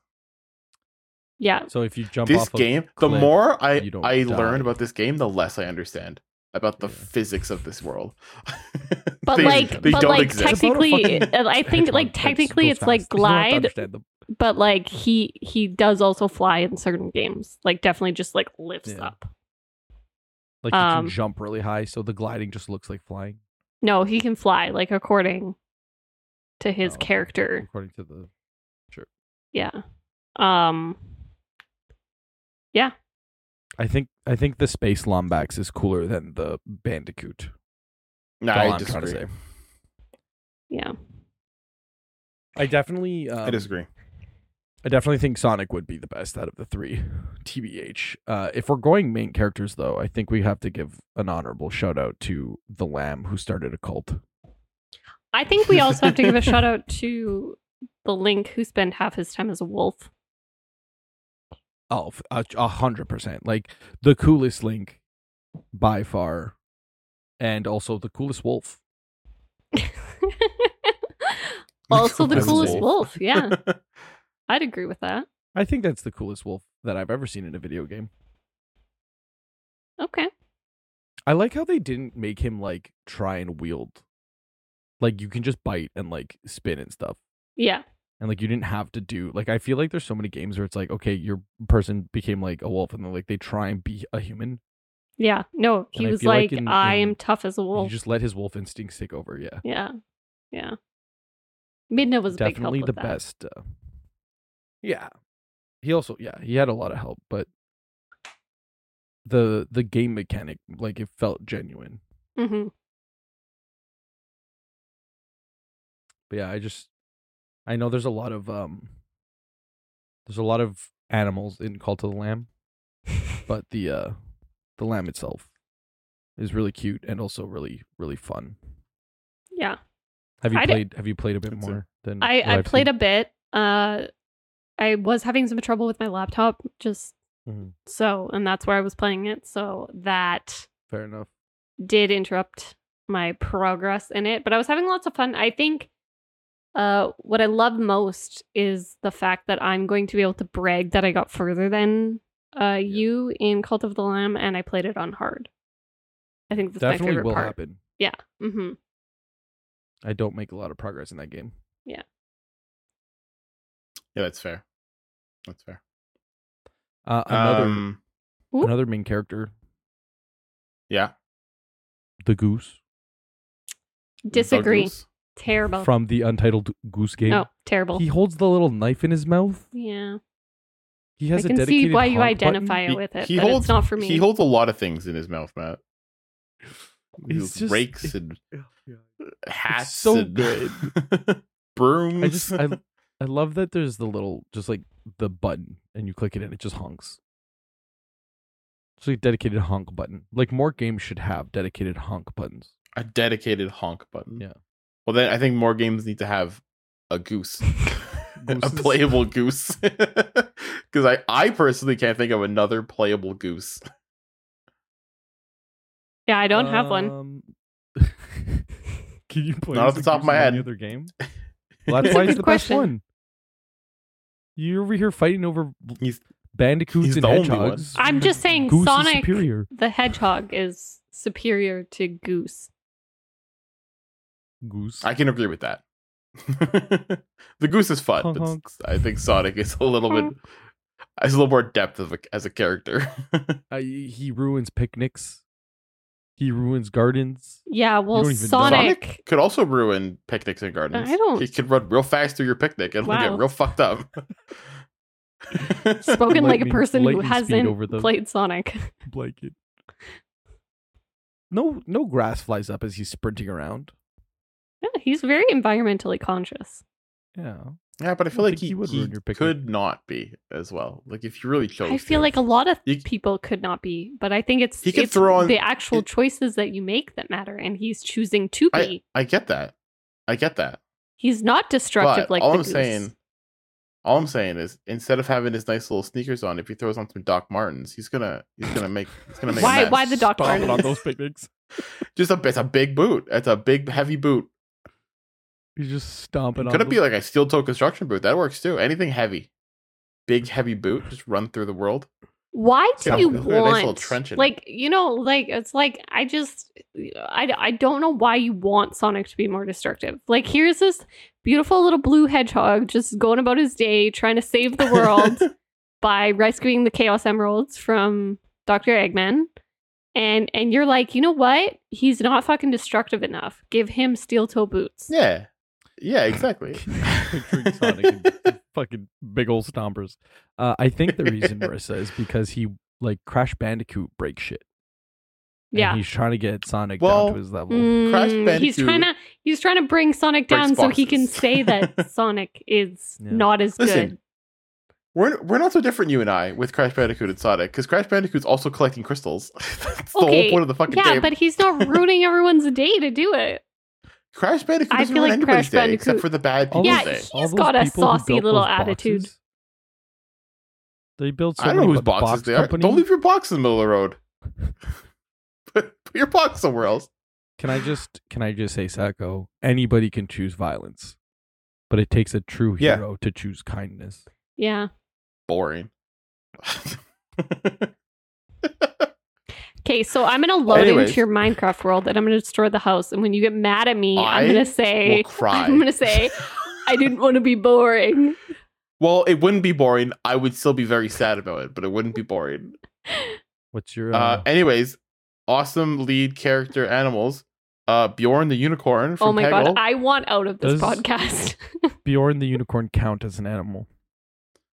S3: Yeah.
S2: So if you jump
S1: this
S2: off a
S1: game. The
S2: cliff,
S1: more I
S2: you don't
S1: I
S2: die.
S1: learn about this game, the less I understand about the
S2: Yeah.
S1: physics of this world.
S3: But
S1: They-
S3: like,
S1: they
S3: but
S1: don't
S3: like,
S1: exist.
S3: technically,
S2: It's about a fucking
S3: and I think
S2: hedgehog
S3: like
S2: that
S3: technically,
S2: goes
S3: it's like
S2: fast. You don't have to
S3: glide,
S2: understand them.
S3: but like he he does also fly in certain games. Like definitely just like lifts
S2: Yeah.
S3: up.
S2: Like you
S3: Um,
S2: can jump really high, so the gliding just looks like flying.
S3: No, he can fly like according to his
S2: Oh, okay.
S3: character.
S2: according to the.
S3: Yeah. Um.
S2: I think I think the space lombax is cooler than the bandicoot.
S1: no,
S2: That's all
S1: I
S2: I'm trying to
S1: disagree.
S2: say.
S3: Yeah.
S2: I definitely, um,
S1: I disagree.
S2: I definitely think Sonic would be the best out of the three. TBH. Uh, if we're going main characters, though, I think we have to give an honorable shout out to the lamb who started a cult.
S3: I think we also have to give a shout out to the Link who spent half his time as a wolf.
S2: Oh, f- a a hundred percent. Like the coolest link by far, and also the coolest wolf.
S3: also the
S2: As a
S3: coolest
S2: wolf.
S3: wolf. Yeah. I'd agree with that.
S2: I think that's the coolest wolf that I've ever seen in a video game.
S3: Okay.
S2: I like how they didn't make him like try and wield. Like you can just bite and like spin and stuff.
S3: Yeah.
S2: And like you didn't have to do like I feel like there's so many games where it's like, okay, your person became like a wolf and then like they try and be a human.
S3: Yeah. No, he
S2: And I
S3: was
S2: feel like
S3: like,
S2: in-
S3: I
S2: in-
S3: am tough as a
S2: You
S3: wolf.
S2: just let his wolf instincts take over. Yeah.
S3: Yeah. Yeah. Midna was a big help
S2: Definitely
S3: with
S2: the
S3: that.
S2: best. Uh, yeah. He also yeah, he had a lot of help, but the the game mechanic, like it felt genuine.
S3: Mhm.
S2: But yeah, I just I know there's a lot of um there's a lot of animals in Call to the Lamb, but the uh the lamb itself is really cute and also really really fun.
S3: Yeah.
S2: Have you
S3: I di-
S2: played have you played a bit
S1: That's it.
S2: more than
S3: I, I played a bit. Uh, I was having some trouble with my laptop, just
S2: Mhm.
S3: so, and that's where I was playing it. So that
S2: Fair enough.
S3: did interrupt my progress in it, but I was having lots of fun. I think uh, what I love most is the fact that I'm going to be able to brag that I got further than uh, you in Cult of the Lamb, and I played it on hard. I think that's my
S2: Definitely
S3: favorite
S2: will
S3: part.
S2: happen.
S3: hmm
S2: I don't make a lot of progress in that game.
S1: Yeah, that's fair. That's fair.
S2: Uh, another
S1: Um,
S3: Whoop.
S2: another main character,
S1: yeah.
S2: the goose
S3: Disagree.
S1: Douglas.
S3: Terrible.
S2: from the Untitled Goose Game.
S3: no, terrible.
S2: He holds the little knife in his mouth.
S3: yeah,
S2: He
S3: I
S2: has a
S3: can
S2: dedicated
S3: see why you
S2: honk
S3: identify
S1: He-
S3: with it,
S1: he
S3: but
S1: holds-
S3: it's not for me.
S1: He holds a lot of things in his mouth, Matt. He
S2: He's just-
S1: rakes and
S2: button.
S1: hats.
S2: so
S1: and
S2: good.
S1: brooms.
S2: I just I I love that there's the little just like the button and you click it and it just honks. It's like a dedicated honk button. Like more games should have dedicated honk buttons.
S1: a dedicated honk button.
S2: Yeah.
S1: Well, then I think more games need to have a goose, a
S2: Gooses.
S1: playable goose, because I I personally can't think of another playable goose.
S3: yeah, I don't have one.
S2: Um, Can you play
S1: Not
S2: as
S1: off the
S2: a
S1: top of
S2: goose
S1: my
S2: in any
S1: head.
S2: other game? Well, that's
S3: That's a
S2: why it's
S3: good
S2: the
S3: question.
S2: best one. You're over here fighting over bl-
S1: He's-
S2: bandicoots
S1: he's
S2: and
S1: the only one.
S2: hedgehogs.
S3: I'm just saying,
S2: Goose is
S3: Sonic
S2: superior.
S3: the Hedgehog is superior to Goose.
S2: Goose.
S1: I can agree with that. the goose is fun.
S2: Honk,
S1: but
S2: honk.
S1: I think Sonic is a little bit has a little more depth of a, as a character.
S2: I, he ruins picnics. He ruins gardens.
S3: Yeah, well,
S2: don't even know.
S3: Sonic,
S1: could also ruin picnics and gardens.
S3: I don't-
S1: He could run real fast through your picnic and it'll
S3: Wow.
S1: get real fucked up.
S3: spoken like a
S2: Lightning-
S3: person who
S2: lightning speed
S3: hasn't
S2: over the-
S3: played Sonic.
S2: blanket. No, no grass flies up as he's sprinting around.
S3: Yeah, he's very environmentally conscious.
S2: Yeah,
S1: yeah, but I feel
S2: I
S1: like
S2: think
S1: he,
S2: he would
S1: he
S2: ruin your picnic.
S1: could not be as well. Like if you really chose,
S3: I feel
S1: to.
S3: like a lot of
S1: You-
S3: people could not be, but I think it's,
S1: He could
S3: it's
S1: throw on-
S3: the actual
S1: it-
S3: choices that you make that matter, and he's choosing to be.
S1: I get that. I get that.
S3: he's not destructive
S1: but
S3: like
S1: all
S3: the
S1: I'm
S3: goose.
S1: saying, all I'm saying is, instead of having his nice little sneakers on, if he throws on some Doc Martens, he's gonna he's gonna make he's gonna make a
S3: Why-
S1: mess.
S3: why the Doc
S2: Stomping on
S3: Martens?
S2: those picnics?
S1: Just a it's a big boot. It's a big heavy boot.
S2: He's just stomping.
S1: Could
S2: on
S1: it
S2: those-
S1: be like a steel toe construction boot? That works too. Anything heavy, big heavy boot, just run through the world.
S3: Why do
S1: Yeah,
S3: you
S1: look at that nice little
S3: want
S1: trench in it.
S3: like you know like it's like I just I, I don't know why you want Sonic to be more destructive. Like here's this beautiful little blue hedgehog just going about his day trying to save the world by rescuing the Chaos Emeralds from Dr. Eggman. And and you're like, "You know what? He's not fucking destructive enough. Give him steel toe boots."
S1: yeah, yeah, exactly.
S2: Picturing Sonic and fucking big old stompers. Uh, I think the reason Marissa is because he like Crash Bandicoot breaks shit. and
S3: Yeah.
S2: he's trying to get Sonic
S1: Well,
S2: down to his level.
S3: Mm,
S1: Crash
S3: he's
S1: Bandicoot
S3: trying to he's trying to bring Sonic down
S1: breaks
S3: so he can
S1: boxes.
S3: say that Sonic is
S2: Yeah.
S3: not as
S1: Listen,
S3: good.
S1: We're, we're not so different, you and I, with Crash Bandicoot and Sonic, because Crash Bandicoot's also collecting crystals. That's the
S3: Okay,
S1: whole point of the fucking
S3: Yeah,
S1: game.
S3: but he's not ruining everyone's day to do it.
S1: Crash Bandicoot
S3: I
S1: doesn't
S3: feel
S1: ruin
S3: like
S1: anybody's
S3: Crash
S1: day except
S3: Bandicoot-
S1: for the bad
S2: All
S1: people's
S3: Yeah,
S1: day.
S3: he's
S2: all those
S3: got a
S2: people who
S3: saucy
S2: built
S3: little
S2: those
S3: attitude.
S2: boxes, they build so
S1: I don't know
S2: many
S1: whose
S2: bo-
S1: boxes
S2: box
S1: they are.
S2: company-
S1: Don't leave your box in the middle of the road. Put put your box somewhere else.
S2: Can I just can I just say, Sacco? Anybody can choose violence, but it takes a true
S1: Yeah.
S2: hero to choose kindness.
S3: Yeah.
S1: Boring.
S3: Okay, so I'm gonna load
S1: Anyways.
S3: into your Minecraft world and I'm gonna destroy the house. And when you get mad at me, I
S1: I
S3: am gonna say
S1: We'll cry.
S3: I'm gonna say I didn't want to be boring.
S1: Well, it wouldn't be boring. I would still be very sad about it, but it wouldn't be boring.
S2: What's your
S1: Uh,
S2: uh,
S1: anyways, awesome lead character animals. Uh, Bjorn the unicorn from
S3: oh my
S1: Peggle.
S3: god, I want out of this
S2: Does-
S3: podcast.
S2: Bjorn the unicorn count as an animal?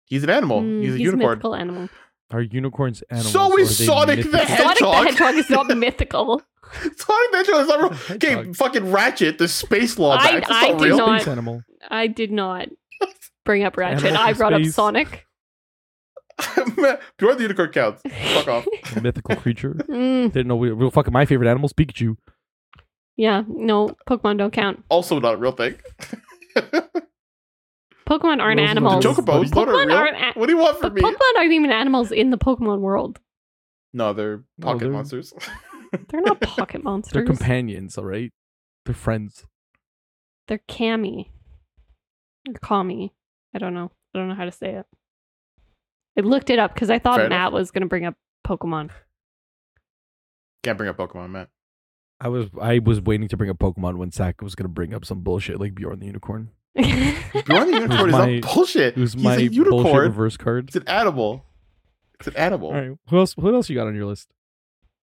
S1: He's an animal.
S3: Mm,
S1: he's a unicorn.
S3: mythical animal.
S2: Are unicorns animals?
S1: So
S2: or
S1: is
S2: are they
S1: Sonic the
S2: mythical?
S1: Hedgehog.
S3: Sonic the Hedgehog is not mythical.
S1: Sonic the Hedgehog is not real. Okay,
S2: Hedgehog.
S1: fucking Ratchet, the space law
S3: I-
S1: back. That's
S3: I
S1: not
S3: do
S1: real.
S3: not-
S2: Space animal.
S3: I did not bring up Ratchet.
S2: Animal
S3: I
S2: from
S3: brought up
S2: space.
S3: Sonic.
S1: Bjorn the unicorn counts. Fuck off.
S2: A mythical creature.
S3: Mm,
S2: Didn't know we real fucking my favorite animals, Pikachu.
S3: yeah, no, Pokemon don't count.
S1: Also not a real thing.
S2: Those
S3: Pokemon aren't
S2: are the
S3: animals.
S2: Joker-
S1: Chocobos,
S3: Pokemon
S1: those are real.
S3: aren't a-
S1: what do you want
S3: but
S1: from me?
S3: Pokemon aren't even animals in the Pokemon world.
S1: No, they're
S2: No,
S1: pocket
S2: they're-
S1: monsters.
S3: They're not pocket monsters.
S2: They're companions, all right? They're friends.
S3: They're Cammy. Or Kami. I don't know. I don't know how to say it. I looked it up because I thought
S1: Fair
S3: Matt was going to bring up Pokemon.
S1: Can't bring up Pokemon, man.
S2: I was I was waiting to bring up Pokemon when Zach was gonna bring up some bullshit like Bjorn the Unicorn.
S1: Bjorn the unicorn is
S2: my-
S1: not bullshit.
S2: Who's
S1: He's
S2: my
S1: a
S2: bullshit
S1: unicorn.
S2: reverse card?
S1: It's an animal. It's an animal.
S2: All right. Who else? What else you got on your list?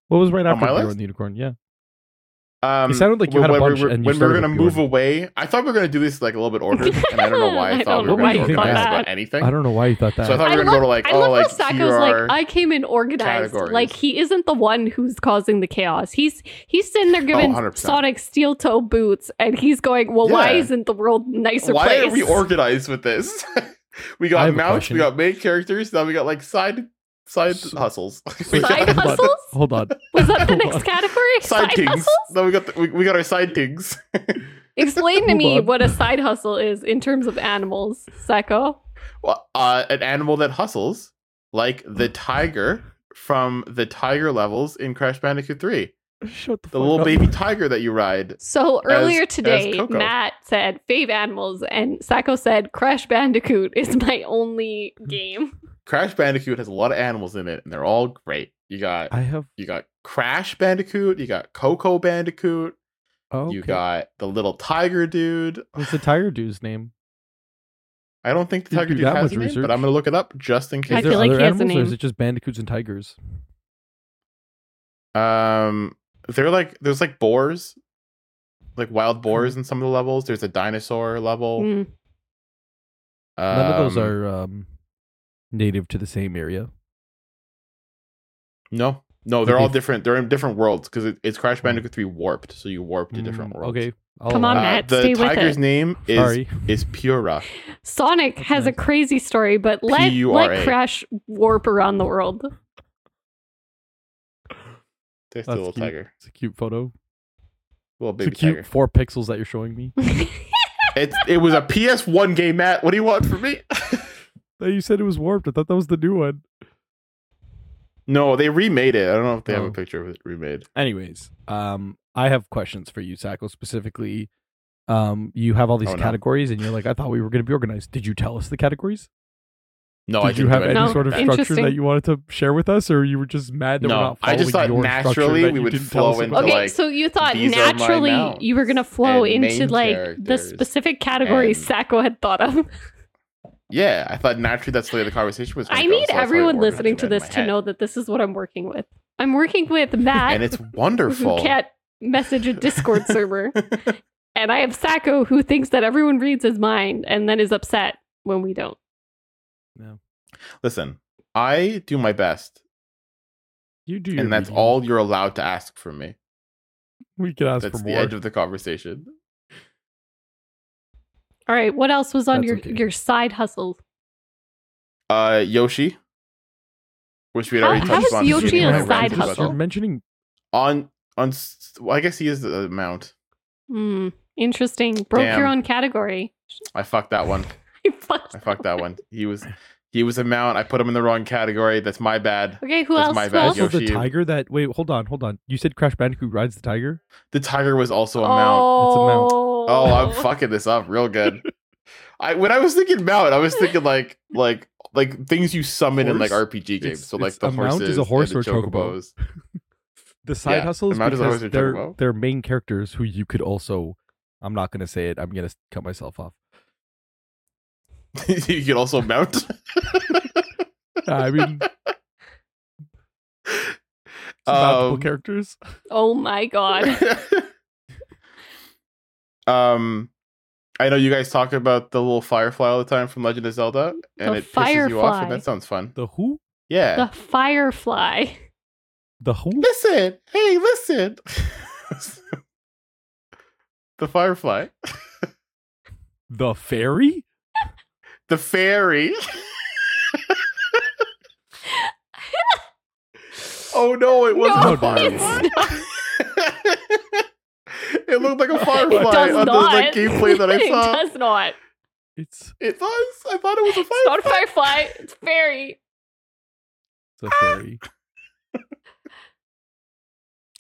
S2: What was right
S1: On
S2: after
S1: my
S2: Bjorn
S1: list?
S2: the Unicorn? Yeah.
S1: Um,
S2: It sounded like you
S1: when-
S2: had a
S1: when
S2: bunch
S1: we were,
S2: and you
S1: when we were
S2: started
S1: gonna
S2: with
S1: move
S2: Bjorn.
S1: away, I thought we were gonna do this like a little bit ordered, and I don't know why I,
S3: I
S1: thought we were
S3: don't
S2: know why
S1: gonna
S2: you
S1: be
S2: thought
S1: organized
S3: that.
S1: about anything.
S2: I don't know why you thought that.
S1: So I thought
S3: I
S1: we were gonna go
S3: love-
S1: to like,
S3: I
S1: oh,
S3: love
S1: like
S3: how Sacco's
S1: here are
S3: like, I came in organized.
S1: categories.
S3: Like he isn't the one who's causing the chaos. He's he's sitting
S1: Oh,
S3: there giving
S1: 100%.
S3: Sonic steel toe boots, and he's going, "Well, why
S1: Yeah.
S3: isn't the world a nicer
S1: why
S3: place?"
S1: are we organized with this? we
S2: I
S1: got
S2: have a
S1: mounts,
S2: question.
S1: we got main characters, now we got like side side
S2: So-
S1: hustles, We got-
S2: Wait,
S3: Side
S2: hold on,
S3: hustles?
S2: Hold on.
S3: Was that the
S2: Hold on.
S3: next category?
S1: side things.
S3: hustles?
S1: Then we got the, we, we got our side things.
S3: Explain to
S2: Hold
S3: me
S2: on.
S3: what a side hustle is in terms of animals, Sacco.
S1: Well, uh, an animal that hustles, like
S2: Mm.
S1: the tiger from the tiger levels in Crash Bandicoot Three,
S2: Shut the,
S1: the
S2: fuck
S1: little
S2: up.
S1: baby tiger that you ride.
S3: So earlier today,
S1: Coco.
S3: Matt said fave animals, and Sacco said Crash Bandicoot is my only game.
S1: Crash Bandicoot has a lot of animals in it, and they're all great. You got
S2: I have.
S1: you got Crash Bandicoot, you got Coco Bandicoot,
S2: Oh,
S1: you got the little tiger dude.
S2: What's the tiger dude's name?
S1: I don't think the
S2: You
S1: tiger
S2: do
S1: dude
S2: that
S1: has
S2: much
S1: a name,
S2: research.
S1: but I'm gonna look it up just in
S3: I
S2: Is
S1: case.
S2: there
S3: feel like
S2: other
S3: he has a
S2: animals, or is
S3: name.
S2: it just bandicoots and tigers?
S1: Um, they're like there's like boars, like wild boars in some of the levels. There's a dinosaur level.
S3: Mm.
S2: None of those
S1: Um,
S2: are um, native to the same area.
S1: No, no, they're
S2: Okay.
S1: all different. They're in different worlds because it, it's Crash
S2: Oh.
S1: Bandicoot Three warped, so you warp to different
S2: Mm,
S1: worlds.
S2: Okay. I'll
S3: Come on,
S2: allow it.
S3: Matt.
S1: Uh, the
S3: stay with
S1: tiger's
S3: it.
S1: name is
S2: Sorry.
S1: is Pura.
S3: Sonic
S2: That's
S3: has a
S2: nice.
S3: crazy story, but let,
S1: P-U-R-A.
S3: let Crash warp around the world.
S1: There's the
S2: That's
S1: little
S2: cute.
S1: tiger,
S2: It's a cute photo.
S1: little
S2: It's a
S1: baby
S2: cute
S1: tiger.
S2: four pixels that you're showing me.
S1: It it was a PS1 game, Matt. What do you want from me?
S2: you said it was warped. I thought that was the new one.
S1: no, they remade it. I don't know if they have
S2: Oh.
S1: a picture of it remade.
S2: Anyways, um, I have questions for you, Sacco, specifically. Um, you have all these
S1: Oh, no.
S2: categories, and you're like, I thought we were going to be organized. Did you tell us the categories?
S1: No, Oh, I
S2: Did
S1: didn't
S2: you
S1: do
S2: have any
S1: anything
S3: No,
S1: like
S2: sort of
S1: that.
S3: Interesting.
S2: structure that you wanted to share with us, or you were just mad that
S1: No,
S2: we're not
S1: I
S2: following
S1: just thought
S2: your
S1: naturally
S2: structure that
S1: we
S2: you
S1: would
S2: didn't tell us
S1: flow into,
S2: about?
S3: Okay,
S1: like,
S3: so you thought
S1: these are my
S3: naturally
S1: nouns
S3: you were going to flow
S1: and
S3: into
S1: main
S3: like the
S1: characters
S3: specific categories
S1: and-
S3: Sacco had thought of.
S1: Yeah, I thought naturally that's the way the conversation was. gonna
S3: I
S1: go, so
S3: need
S1: that's why I
S3: everyone
S1: organized
S3: listening
S1: it
S3: to
S1: in my
S3: this to
S1: head.
S3: know that this is what I'm working with. I'm working with Matt,
S1: and it's
S3: who
S1: wonderful.
S3: can't message a Discord server, and I have Sacco, who thinks that everyone reads his mind and then is upset when we don't.
S1: Listen, I do my best,
S2: You do, your
S1: and that's
S2: reading.
S1: all you're allowed to ask from me.
S2: we can ask
S1: That's
S2: for
S1: the
S2: more.
S1: edge of the conversation.
S3: All right, what else was on
S2: That's
S3: your
S2: okay.
S3: your side hustle?
S1: Uh, Yoshi, which we had
S3: How-
S1: already
S3: how
S1: touched
S3: is
S1: on.
S3: Yoshi
S1: Speaking
S3: a
S1: of my rant
S3: side
S1: about
S3: hustle?
S2: You're mentioning
S1: On on, s- well, I guess he is the mount.
S3: Hmm, interesting. Broke
S1: Damn.
S3: your own category.
S1: I fucked that one.
S3: I fucked-
S1: I fucked that one. He was he was a mount. I put him in the wrong category. That's my bad.
S3: Okay, who
S1: That's
S3: else?
S1: my
S3: Who
S1: bad,
S3: else?
S2: also the
S1: Yoshi-
S2: tiger that. Wait, hold on, hold on. You said Crash Bandicoot rides the tiger.
S1: The tiger was also a mount.
S2: mount.
S3: Oh,
S1: Oh, I'm fucking this up real good. I when I was thinking mount, I was thinking like like like things you summon in like
S2: Horse?
S1: RPG games.
S2: It's-
S1: so like
S2: it's-
S1: the
S2: a mount
S1: horses
S2: is a horse
S1: and the
S2: or a chocobo.
S1: chocobos.
S2: The side
S1: Yeah,
S2: hustle is
S1: the Mount is
S2: because
S1: always a
S2: they're
S1: chocobo.
S2: they're main characters who you could also. I'm not gonna say it. I'm gonna s- cut myself off.
S1: you can also mount.
S2: I mean,
S1: Um,
S2: multiple characters.
S3: Oh my god.
S1: um, I know you guys talk about the little firefly all the time from Legend of Zelda, and
S3: The
S1: it pisses you off,
S3: firefly.
S1: and that sounds fun.
S2: The who?
S1: Yeah.
S3: the firefly.
S2: The who?
S1: listen, hey, listen. the firefly,
S2: The fairy?
S1: the fairy. oh no, it wasn't
S3: No,
S1: a firefly.
S3: it's
S1: it looked like a
S3: It
S1: firefly
S3: does
S1: on the
S3: not.
S1: like, oh, gameplay that I
S3: it
S1: saw.
S3: does not.
S2: It's
S1: It was. I thought it was a
S3: It's not a
S1: firefly.
S3: firefly. It's a fairy.
S2: it's a fairy.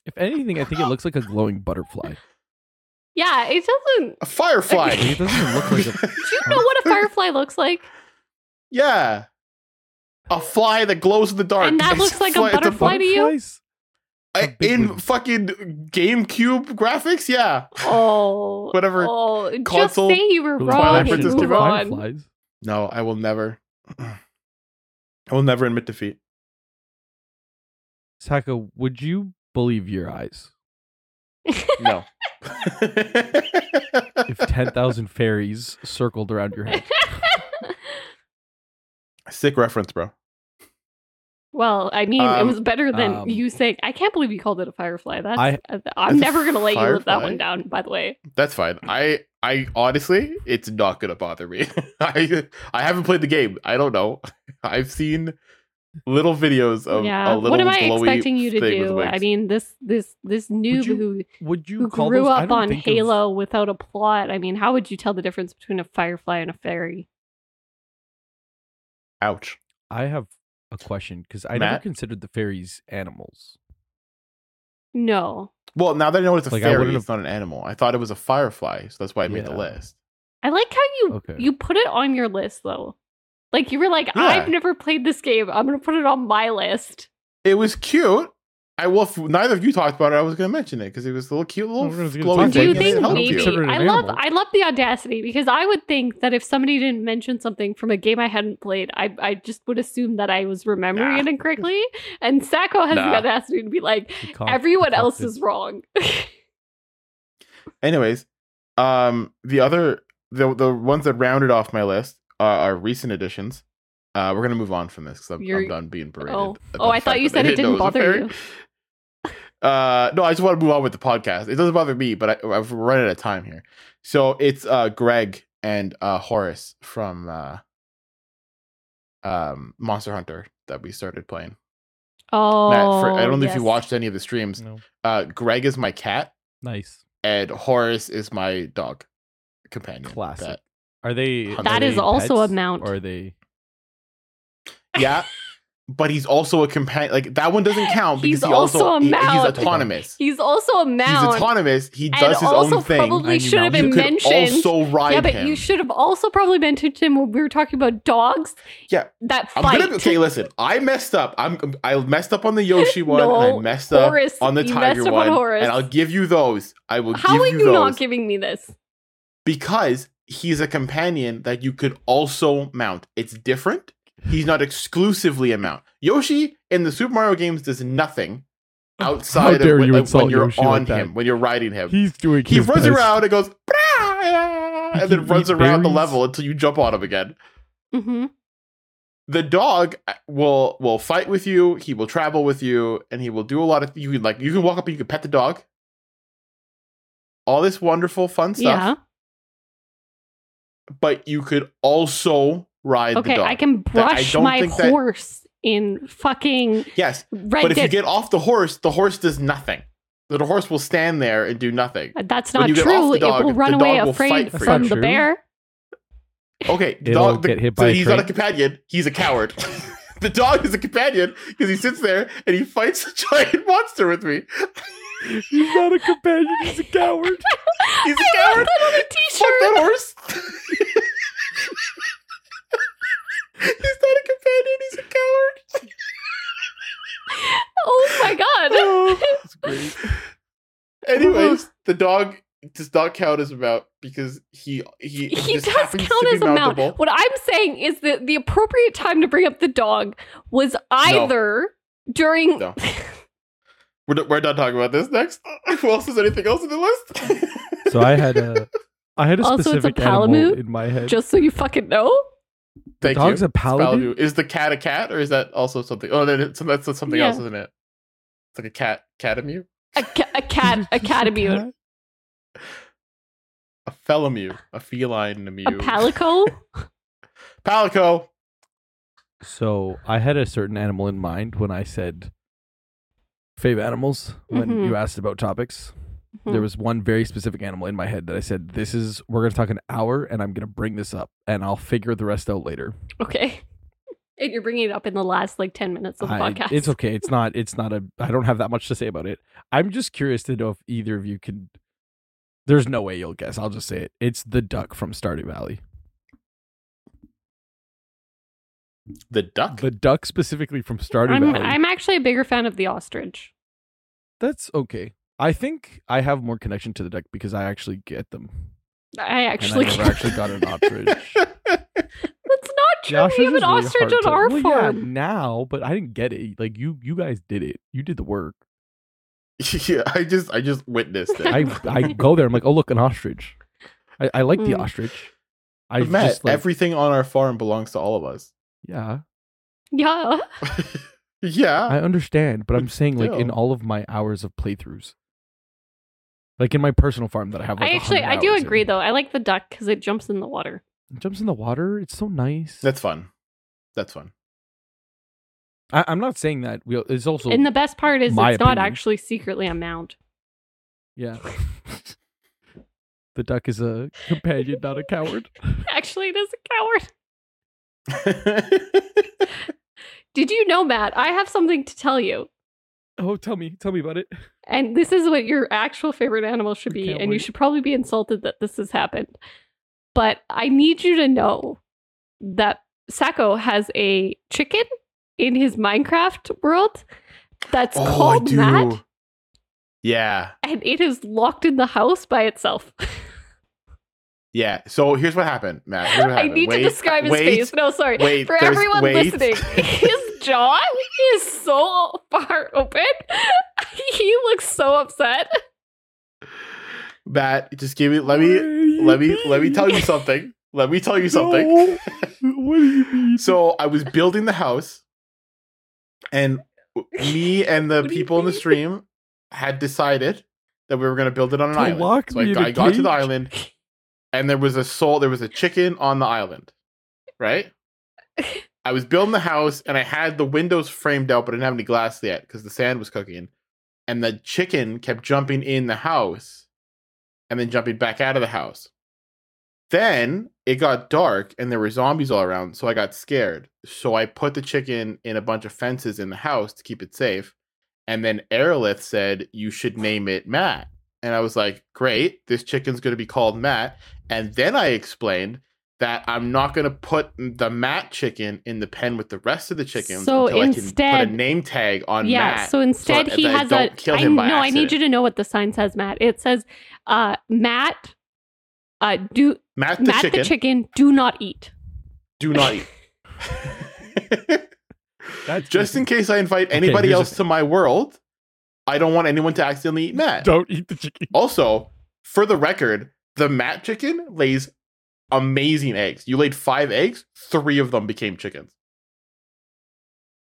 S2: if anything, I think it looks like a glowing butterfly.
S3: Yeah, it doesn't.
S1: A firefly.
S2: It doesn't look like
S3: Do you know what a firefly looks like?
S1: yeah. A fly that glows in the dark.
S3: And that
S1: It's
S3: looks like a
S1: fly- it's
S3: butterfly? Why do you-
S2: Butterflies?
S1: I-
S2: A big
S1: in
S2: one.
S1: fucking GameCube graphics, yeah.
S3: Oh,
S1: Whatever
S3: Oh, just
S1: console
S3: say you were
S2: Those
S3: wrong
S1: Twilight
S3: and
S1: Princess
S3: move
S1: came out.
S3: on.
S2: Fireflies.
S1: No, I will never. I will never admit defeat.
S2: Saka, would you believe your eyes
S1: No.
S2: if 10,000 fairies circled around your head?
S1: Sick reference, bro.
S3: well, I mean, it
S1: Um,
S3: was better than
S2: um,
S3: you saying. I can't believe you called it a firefly. That's.
S2: I-
S3: I, am
S1: a
S3: never gonna let you live that
S1: firefly?
S3: one down. By the way,
S1: That's fine. I I honestly, it's not gonna bother me. I I haven't played the game. I don't know. I've seen little videos of
S3: yeah.
S1: a little
S3: What am I
S1: glowy
S3: expecting you to
S1: thing with
S3: do?
S1: wings.
S3: I mean, this this this noob
S2: you
S3: who
S2: Would you
S3: who
S2: call
S3: grew
S2: those- I
S3: up
S2: don't
S3: on
S2: think of-
S3: Halo without a plot. I mean, how would you tell the difference between a firefly and a fairy?
S1: ouch.
S2: I have a question because I never
S1: Matt?
S2: considered the fairies animals.
S3: No,
S1: Well, now that I know it's a
S2: Like, I
S1: fairy,
S2: wouldn't
S1: it's not an animal. I thought it was a firefly, so that's why I made the
S2: Yeah.
S1: list.
S3: I like how you
S2: Okay.
S3: you put it on your list though. Like you were like,
S1: Yeah.
S3: I've never played this game. I'm gonna put it on my list.
S1: It was cute. I well, if neither of you talked about it. I was gonna mention it because it was a little cute little
S2: Well, we're gonna
S1: glowing
S2: talk
S3: Do
S2: about
S1: thing.
S2: it.
S3: you
S1: and it
S3: think
S2: I don't
S1: helped
S3: maybe
S1: you.
S2: consider it an
S3: I love
S2: animal.
S3: I love the audacity because I would think that if somebody didn't mention something from a game I hadn't played, I I just would assume that I was remembering
S1: Nah.
S3: it incorrectly. And Sacco has
S1: Nah.
S3: the audacity to be like,
S2: We cough-
S3: everyone
S2: cough
S3: else
S2: it.
S3: is wrong.
S1: Anyways, um, the other the the ones that rounded off my list are, are recent additions. Uh, we're gonna move on from this because I'm,
S3: You're-
S1: I'm done being berated.
S3: oh,
S1: about
S3: oh,
S1: the
S3: I
S1: fact
S3: thought you
S1: that I
S3: said it
S1: know
S3: didn't
S1: was a
S3: bother
S1: fairy.
S3: you.
S1: Uh, no, I just want to move on with the podcast. It doesn't bother me, but I, I've run out of time here. So it's uh Greg and uh Horace from uh um Monster Hunter that we started playing.
S3: Oh,
S1: Matt, for, I don't know if
S3: yes.
S1: you watched any of the streams.
S2: No.
S1: Uh, Greg is my cat,
S2: Nice.
S1: and Horace is my dog companion.
S2: Classic.
S1: pet.
S2: Are they?
S1: That
S2: are
S1: is
S2: they
S3: also a
S2: pets,
S3: mount.
S2: Or are they?
S1: Yeah, but he's also a companion. Like that one doesn't count because
S3: He's
S1: he also,
S3: also a
S1: he-
S3: mount.
S1: he's autonomous.
S3: He's also a
S1: He's
S3: mount.
S1: autonomous. He
S3: and
S1: does his
S3: also
S1: own thing.
S3: probably
S2: And you
S3: should have
S2: know,
S1: You
S3: been
S1: could
S3: mentioned.
S1: also ride
S3: Yeah, but
S1: him.
S3: you should have also probably mentioned him when we were talking about dogs.
S1: Yeah.
S3: that
S1: I'm
S3: fight.
S1: gonna okay. Listen, I messed up. I'm I messed up on the Yoshi one. and I
S3: No,
S1: messed up
S3: Horace,
S1: on the
S3: you
S1: tiger
S3: messed up on
S1: one,
S3: Horace.
S1: and I'll give you those. I will
S3: How are
S1: give you
S3: you
S1: those
S3: not giving me this?
S1: because he's a companion that you could also mount. It's different. He's not exclusively a mount. Yoshi in the Super Mario games does nothing outside
S2: dare
S1: of when,
S2: you
S1: like,
S2: insult
S1: when you're
S2: Yoshi
S1: on
S2: like that.
S1: him, when you're riding him. He,
S2: He's doing. his
S1: runs
S2: best.
S1: around and goes "Brah!"
S2: He
S1: and then
S2: can
S1: runs
S2: eat
S1: around the
S2: berries.
S1: level until you jump on him again.
S3: Mm-hmm.
S1: The dog uh, will will fight with you. He will travel with you, and he will do a lot of. You can like you can walk up and you can pet the dog. All this wonderful fun stuff.
S3: Yeah.
S1: but you could also ride the
S3: Okay,
S1: dog.
S3: I can brush
S1: don't
S3: my
S1: think that-
S3: horse in fucking
S1: Yes,
S3: red
S1: but if you
S3: Dead.
S1: get off the horse, the horse does nothing. The horse will stand there and do nothing.
S3: That's
S1: when
S3: not
S1: you get off the
S3: true. It
S1: dog,
S3: will run
S1: the dog
S3: away
S1: will
S3: afraid
S1: fight for
S3: from
S2: you.
S3: the
S2: That's not
S3: bear.
S1: Okay, the
S2: It'll
S1: dog. The,
S2: get hit
S1: so
S2: by a
S1: he's not a
S2: train.
S1: companion. He's a coward. the dog is a companion because he sits there and he fights a giant monster with me.
S2: He's not a companion. He's a coward.
S1: He's a
S3: I
S1: coward.
S3: want that on a
S1: Fuck
S3: t-shirt.
S1: that horse. he's not a companion. He's a coward.
S3: Oh my god.
S1: Oh, that's great. Anyways, the dog does not count as a mount because he he
S3: He
S1: just
S3: does
S1: happens to
S3: count
S1: be
S3: as a mount.
S1: mountable.
S3: What I'm saying is that the appropriate time to bring up the dog was either during
S1: No. We're, d- we're done talking about this next. Who else has anything else on the list?
S2: So I had a, I had a
S3: Also, it's a
S2: specific animal
S3: Palamute,
S2: in my head.
S3: just so you fucking know.
S2: the
S1: Thank
S2: dog's
S1: you.
S2: a paladin.
S1: Is the cat a cat or is that also something? Oh, then it's, that's something
S3: Yeah.
S1: else, isn't it? It's like a cat, catamute,
S3: A, ca- a cat, a catamute,
S1: a felomute, a feline
S3: a
S1: amute,
S3: palico.
S1: palico.
S2: So I had a certain animal in mind when I said fave animals when
S3: Mhm.
S2: you asked about topics.
S3: Mm-hmm.
S2: There was one very specific animal in my head that I said, "This is we're going to talk an hour, and I'm going to bring this up, and I'll figure the rest out later."
S3: Okay. And you're bringing it up in the last like 10 minutes of the
S2: I-
S3: podcast.
S2: It's okay. It's not. It's not a. I don't have that much to say about it. I'm just curious to know if either of you can. There's no way you'll guess. I'll just say it. It's the duck from Stardew Valley.
S1: The duck.
S2: The duck specifically from Stardew
S3: I'm,
S2: Valley.
S3: I'm actually a bigger fan of the ostrich.
S2: That's okay. I think I have more connection to the duck because I actually get them.
S3: I
S2: And
S3: actually
S2: I never actually got an ostrich.
S3: That's not
S2: The
S3: true. we have
S2: is
S3: an
S2: really
S3: ostrich
S2: hard
S3: on
S2: to-
S3: our
S2: Well, yeah,
S3: farm.
S2: now, but I didn't get it. Like you, you guys did it. You did the work.
S1: yeah, I just I just witnessed it.
S2: I, I go there. I'm like, oh look, an ostrich. I, I like the
S3: Mm.
S2: ostrich. I
S1: I've met
S2: just like,
S1: everything on our farm belongs to all of us.
S3: Uh,
S2: yeah.
S3: Yeah.
S1: yeah.
S2: I understand, but I'm
S1: But
S2: saying like in
S1: still.
S2: all of my hours of playthroughs, like in my personal farm that I have. Like
S3: I actually,
S2: 100
S3: I do
S2: hours
S3: agree
S2: in.
S3: though. I like the duck because it jumps in the water.
S2: It jumps in the water. It's so nice.
S1: That's fun. That's fun.
S2: I, I'm not saying that. We, it's also
S3: and the best part is it's
S2: my
S3: not
S2: opinion.
S3: actually secretly a mound.
S2: yeah. the duck is a companion, not a coward.
S3: Actually, it is a coward. Did you know, Matt? I have something to tell you.
S2: Oh, tell me, tell me about it.
S3: And this is what your actual favorite animal
S2: I
S3: should be.
S2: can't
S3: And you
S2: wait.
S3: should probably be insulted that this has happened. But I need you to know that Sacco has a chicken in his Minecraft world
S2: Oh,
S3: that's called Matt.
S1: Yeah.
S3: And it is locked in the house by itself.
S1: Yeah. So here's what happened, Matt. Here's what
S3: I
S1: happened.
S3: need
S1: Wait,
S3: to describe his
S1: wait,
S3: face. No, sorry.
S1: Wait,
S3: For
S1: there's-
S3: everyone
S1: wait.
S3: listening, his jaw is so far open. he looks so upset.
S1: Matt, just give me let me let me let me tell you something. Let me tell you something.
S2: No. What do you mean?
S1: So I was building the house, and w- me and the
S3: What do you
S1: people in the
S3: mean?
S1: stream had decided that we were going to build it on an
S2: To
S1: island.
S2: lock
S1: so I,
S2: me in
S1: got-
S2: a
S1: I got to the
S2: cage?
S1: island, and there was a soul. There was a chicken on the island, right? I was building the house, and I had the windows framed out, but I didn't have any glass yet because the sand was cooking. And the chicken kept jumping in the house, and then jumping back out of the house. Then it got dark and there were zombies all around, so I got scared. So I put the chicken in a bunch of fences in the house to keep it safe. And then Aerolith said, You should name it Matt. And I was like, Great, this chicken's going to be called Matt. And then I explained that I'm not going to put the Matt chicken in the pen with the rest of the chickens
S3: So
S1: until I can put
S3: instead-
S1: a name tag on
S3: yeah.
S1: Matt.
S3: So instead,
S1: that
S3: he
S1: I
S3: has a.
S1: don't kill
S3: I-
S1: him
S3: no,
S1: by
S3: I need you
S1: accident.
S3: to know what the sign says, Matt. It says, uh, "Matt, uh, do
S1: Matt the
S3: Matt
S1: chicken,
S3: the chicken, do not eat."
S1: do not eat.
S2: That's
S1: Just in case I invite anybody
S2: here's the
S1: else to my world, I don't want anyone to accidentally eat Matt.
S2: Don't eat the chicken.
S1: Also, for the record, the Matt chicken lays amazing eggs. You laid five eggs, three of them became chickens.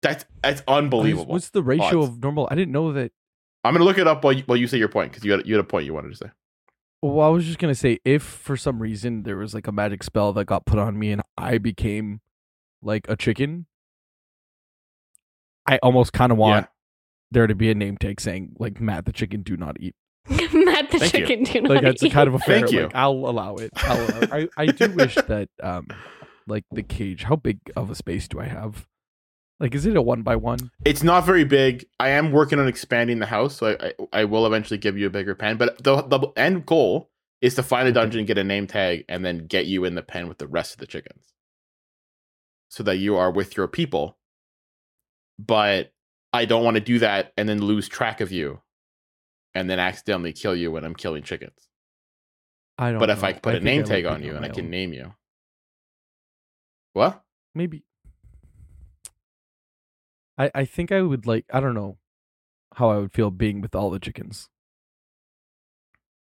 S1: That's that's unbelievable.
S2: What's the ratio
S1: Odds.
S2: of normal? I didn't know that.
S1: I'm gonna look it up while you, while you say your point because you had you had a point you wanted to say.
S2: Well, I was just gonna say, if for some reason there was like a magic spell that got put on me and I became like a chicken, I almost kind of want there to be a name tag saying like Matt the chicken do not eat.
S3: Matt the
S1: Thank you.
S3: chicken, do not
S2: Like that's
S3: eat.
S2: kind of a fair.
S1: Thank you.
S2: like, I'll allow it. I'll allow it. I I do wish that um like the cage. How big of a space do I have? Like, is it a one by one?
S1: It's not very big. I am working on expanding the house, so I I, I will eventually give you a bigger pen. But the the end goal is to find a dungeon, get a name tag, and then get you in the pen with the rest of the chickens, so that you are with your people. But I don't want to do that and then lose track of you, and then accidentally kill you when I'm killing chickens.
S2: Oh, I don't.
S1: But if
S2: know.
S1: I put a
S2: think
S1: name
S2: like
S1: tag
S2: being
S1: on you and
S2: my
S1: I can
S2: own.
S1: name you, what?
S2: maybe I I think I would like I don't know how I would feel being with all the chickens.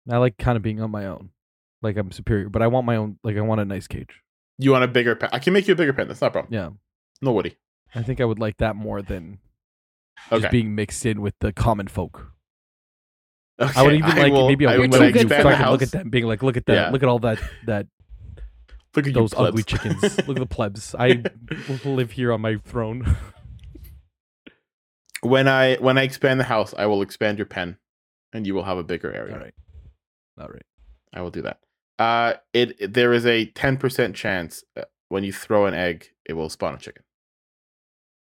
S2: I like kind of being on my own. Like I'm superior, but I want my own like I want a nice cage.
S1: You want a bigger pen? I can make you a bigger pen. That's not a problem.
S2: Yeah.
S1: No Woody.
S2: I think I would like that more than
S1: Okay.
S2: just being mixed in with the common folk.
S1: Okay,
S2: I would even like
S1: will-
S2: maybe I
S1: I
S2: would
S1: will
S3: too
S2: like
S3: good
S1: expand
S3: for
S1: the
S2: fucking look at
S1: house.
S2: them being like look at that
S1: Yeah.
S2: look at all that that
S1: Look at
S2: those
S1: you plebs.
S2: ugly chickens. look at the plebs. I live here on my throne.
S1: when I when I expand the house, I will expand your pen and you will have a bigger area.
S2: All right. All right.
S1: I will do that. Uh, it, it- there is a ten percent chance uh, when you throw an egg, it will spawn a chicken.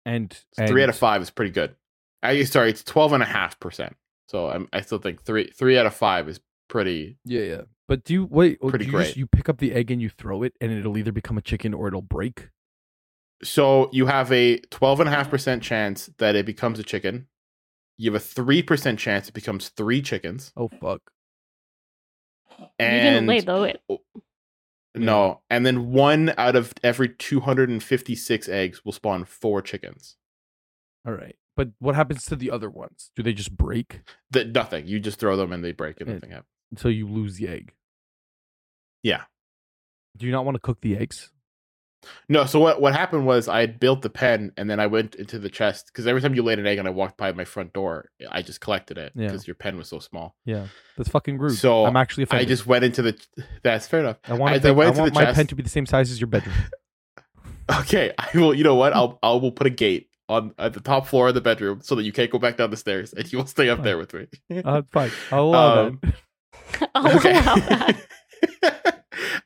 S2: And,
S1: So three out
S2: and-
S1: of five is pretty good. I sorry, it's twelve and a half percent. So I'm, I still think three three out of five is pretty.
S2: Yeah, yeah. But do you wait? oh,
S1: Pretty
S2: do you just-
S1: great.
S2: you pick up the egg and you throw it, and it'll either become a chicken or it'll break.
S1: So you have a twelve and a half percent chance that it becomes a chicken. You have a three percent chance it becomes three chickens.
S2: Oh fuck!
S3: you didn't
S1: And
S3: lay though it.
S1: no, and then one out of every two hundred and fifty six eggs will spawn four chickens.
S2: All right. But what happens to the other ones? Do they just break?
S1: That nothing. You just throw them and they break and
S2: Yeah.
S1: nothing happens.
S2: So you lose the egg.
S1: Yeah.
S2: Do you not want to cook the eggs?
S1: No, so what what happened was I had built the pen and then I went into the chest because every time you laid an egg and I walked by my front door, I just collected it
S2: Yeah.
S1: because your pen was so small.
S2: Yeah. That's fucking rude.
S1: So,
S2: I'm actually offended.
S1: I just went into the. That's fair enough.
S2: I
S1: I-
S2: want, a
S1: I
S2: big- I,
S1: went to
S2: want
S1: the
S2: my
S1: chest.
S2: pen to be the same size as your bedroom.
S1: Okay, I will. You know what? I'll I will put a gate on at the top floor of the bedroom so that you can't go back down the stairs and you will stay up there with me.
S2: Uh, fine. I'll allow
S1: Um,
S2: that.
S3: I'll allow that.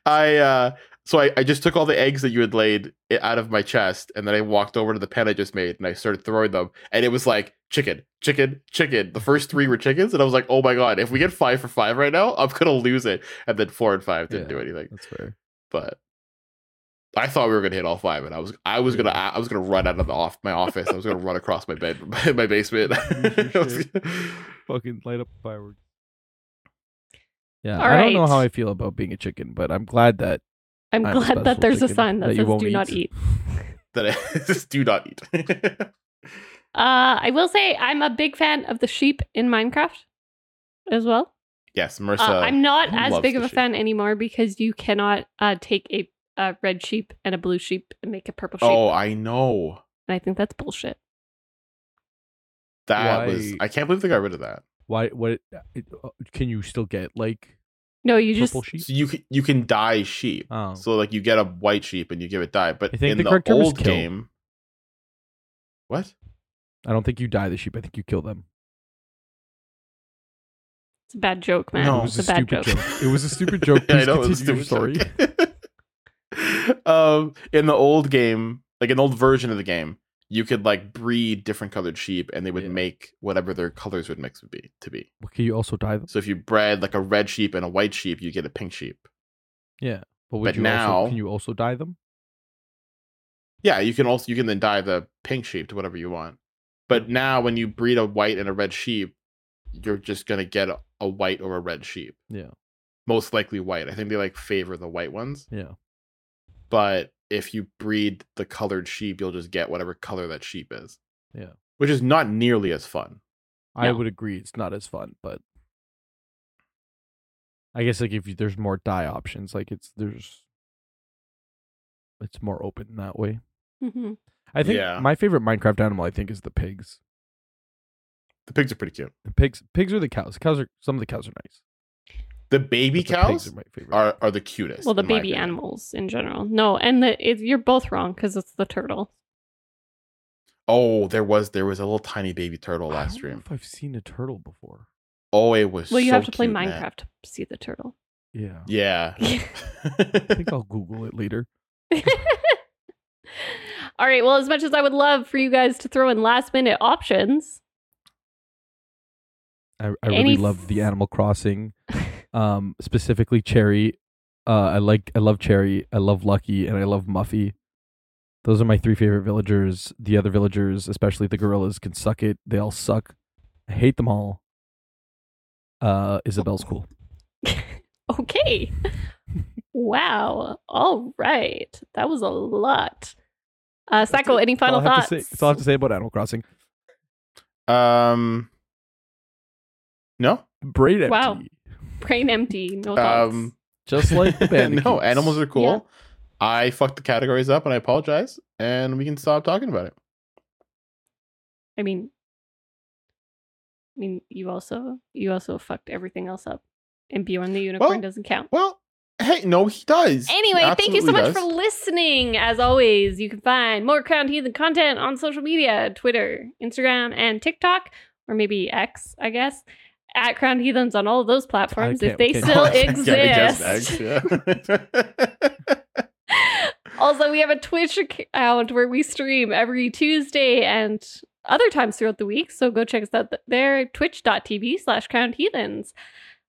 S1: I uh so I, I just took all the eggs that you had laid i- out of my chest and then I walked over to the pen I just made and I started throwing them and it was like chicken, chicken, chicken. The first three were chickens and I was like, oh my god, if we get five for five right now, I'm gonna lose it. And then four and five didn't
S2: Yeah.
S1: do anything.
S2: That's fair.
S1: But I thought we were gonna hit all five and I was I was gonna I was gonna run out of the off my office. I was gonna run across my bed my basement.
S2: Lose your shit.
S1: I was-
S2: Fucking light up fireworks. Yeah.
S3: All
S2: I don't know
S3: right.
S2: how I feel about being a chicken, but I'm glad that
S3: I'm
S2: I'm a
S3: glad that
S2: special
S3: there's a
S2: chicken
S3: sign that,
S2: that you
S3: says
S2: won't
S3: "Do not
S2: eat."
S3: eat."
S1: that I just do not eat.
S3: Uh, I will say I'm a big fan of the sheep in Minecraft as well.
S1: yes,
S3: Uh,
S1: Marissa.
S3: I'm not
S1: who
S3: as
S1: loves
S3: big
S1: the
S3: of a
S1: sheep?
S3: fan anymore because you cannot uh, take a, a red sheep and a blue sheep and make a purple sheep,
S1: Oh, I know.
S3: and I think that's bullshit.
S1: That was
S2: Why-
S1: I can't believe they got rid of that.
S2: why what it, uh, can you still get like
S3: No, you just
S2: purple sheep?
S1: So you can, you can dye sheep.
S2: Oh.
S1: So like you get a white sheep and you give it dye. But
S2: I think
S1: in
S2: the
S1: the,
S2: correct term is
S1: old
S2: kill.
S1: game, what?
S2: I don't think you dye the sheep. I think you kill them.
S3: it's a bad joke, man.
S1: No.
S2: it was
S3: it's
S2: a
S3: a bad
S2: stupid
S3: jok.
S2: joke. It was a stupid joke.
S1: I
S2: Please
S1: know it was
S2: continue
S1: a
S2: your story.
S1: stupid joke. um, in the old game, like an old version of the game, you could like breed different colored sheep and they would
S2: Yeah.
S1: make whatever their colors would mix would be to be.
S2: Well, can you also dye them?
S1: So if you bred like a red sheep and a white sheep, you get a pink sheep.
S2: But, would
S1: But
S2: you
S1: now-
S2: also, can you also dye them?
S1: Yeah, you can also you can then dye the pink sheep to whatever you want.
S2: Mm-hmm.
S1: But now when you breed a white and a red sheep, you're just gonna get a, a white or a red sheep.
S2: Yeah.
S1: Most likely white. I think they like favor the white ones.
S2: Yeah.
S1: But if you breed the colored sheep, you'll just get whatever color that sheep is.
S2: Yeah.
S1: Which is not nearly as fun.
S2: I
S3: No.
S2: would agree. It's not as fun, but I guess like if you, there's more dye options, like it's there's it's more open that way.
S3: hmm
S2: I think
S1: Yeah.
S2: my favorite Minecraft animal, I think, is the pigs.
S1: The pigs are pretty cute.
S2: The pigs, pigs are the cows. Cows are some of the cows are nice.
S1: The baby
S2: but the pigs
S1: cows
S2: are my favorite.
S1: are, are the cutest.
S3: Well, the
S1: in my
S3: baby
S1: opinion.
S3: animals in general. No, and the, it, you're both wrong because it's the turtle.
S1: Oh, there was there was a little tiny baby turtle
S2: I
S1: last
S2: don't know
S1: stream.
S2: if I've seen a turtle before.
S1: Oh, it was
S3: Oh. Well, you
S1: so
S3: have to play
S1: cute, man.
S3: Minecraft to see the turtle.
S2: Yeah,
S1: Yeah.
S2: I think I'll Google it later.
S3: All right. Well, as much as I would love for you guys to throw in last minute options,
S2: I, I
S3: Any
S2: really
S3: f-
S2: love the Animal Crossing, um, specifically Cherry. Uh, I like I love Cherry. I love Lucky, and I love Muffy. Those are my three favorite villagers. The other villagers, especially the gorillas, can suck it. They all suck. I hate them all. Uh, Isabelle's cool.
S3: okay. wow. All right. That was a lot. Uh, Sacco,
S2: it.
S3: any
S2: That's all
S3: final
S2: I have
S3: thoughts?
S2: To say, that's all I have to say about Animal Crossing.
S1: Um, no.
S2: Braid empty.
S3: Wow. Brain empty. No thoughts.
S1: Um,
S2: Just like
S1: no,
S2: the bandicoots.
S1: animals are cool. I fucked the categories up, and I apologize. And we can stop talking about it.
S3: I mean, I mean, you also you also fucked everything else up, and Bjorn the unicorn
S1: Well,
S3: doesn't count.
S1: Well, hey, no, he does. He
S3: Anyway, thank you so
S1: absolutely
S3: much
S1: does.
S3: for listening. As always, you can find more Crown Heathen content on social media Twitter, Instagram, and TikTok, or maybe X, I guess, at Crown Heathens on all of those platforms
S2: can't-
S3: if they
S2: can't-
S3: still
S2: I can't
S3: exist.
S1: Yeah, I guess next, yeah.
S3: Also, we have a Twitch account where we stream every Tuesday and other times throughout the week. So go check us out th- there, twitch.tv slash crowned heathens.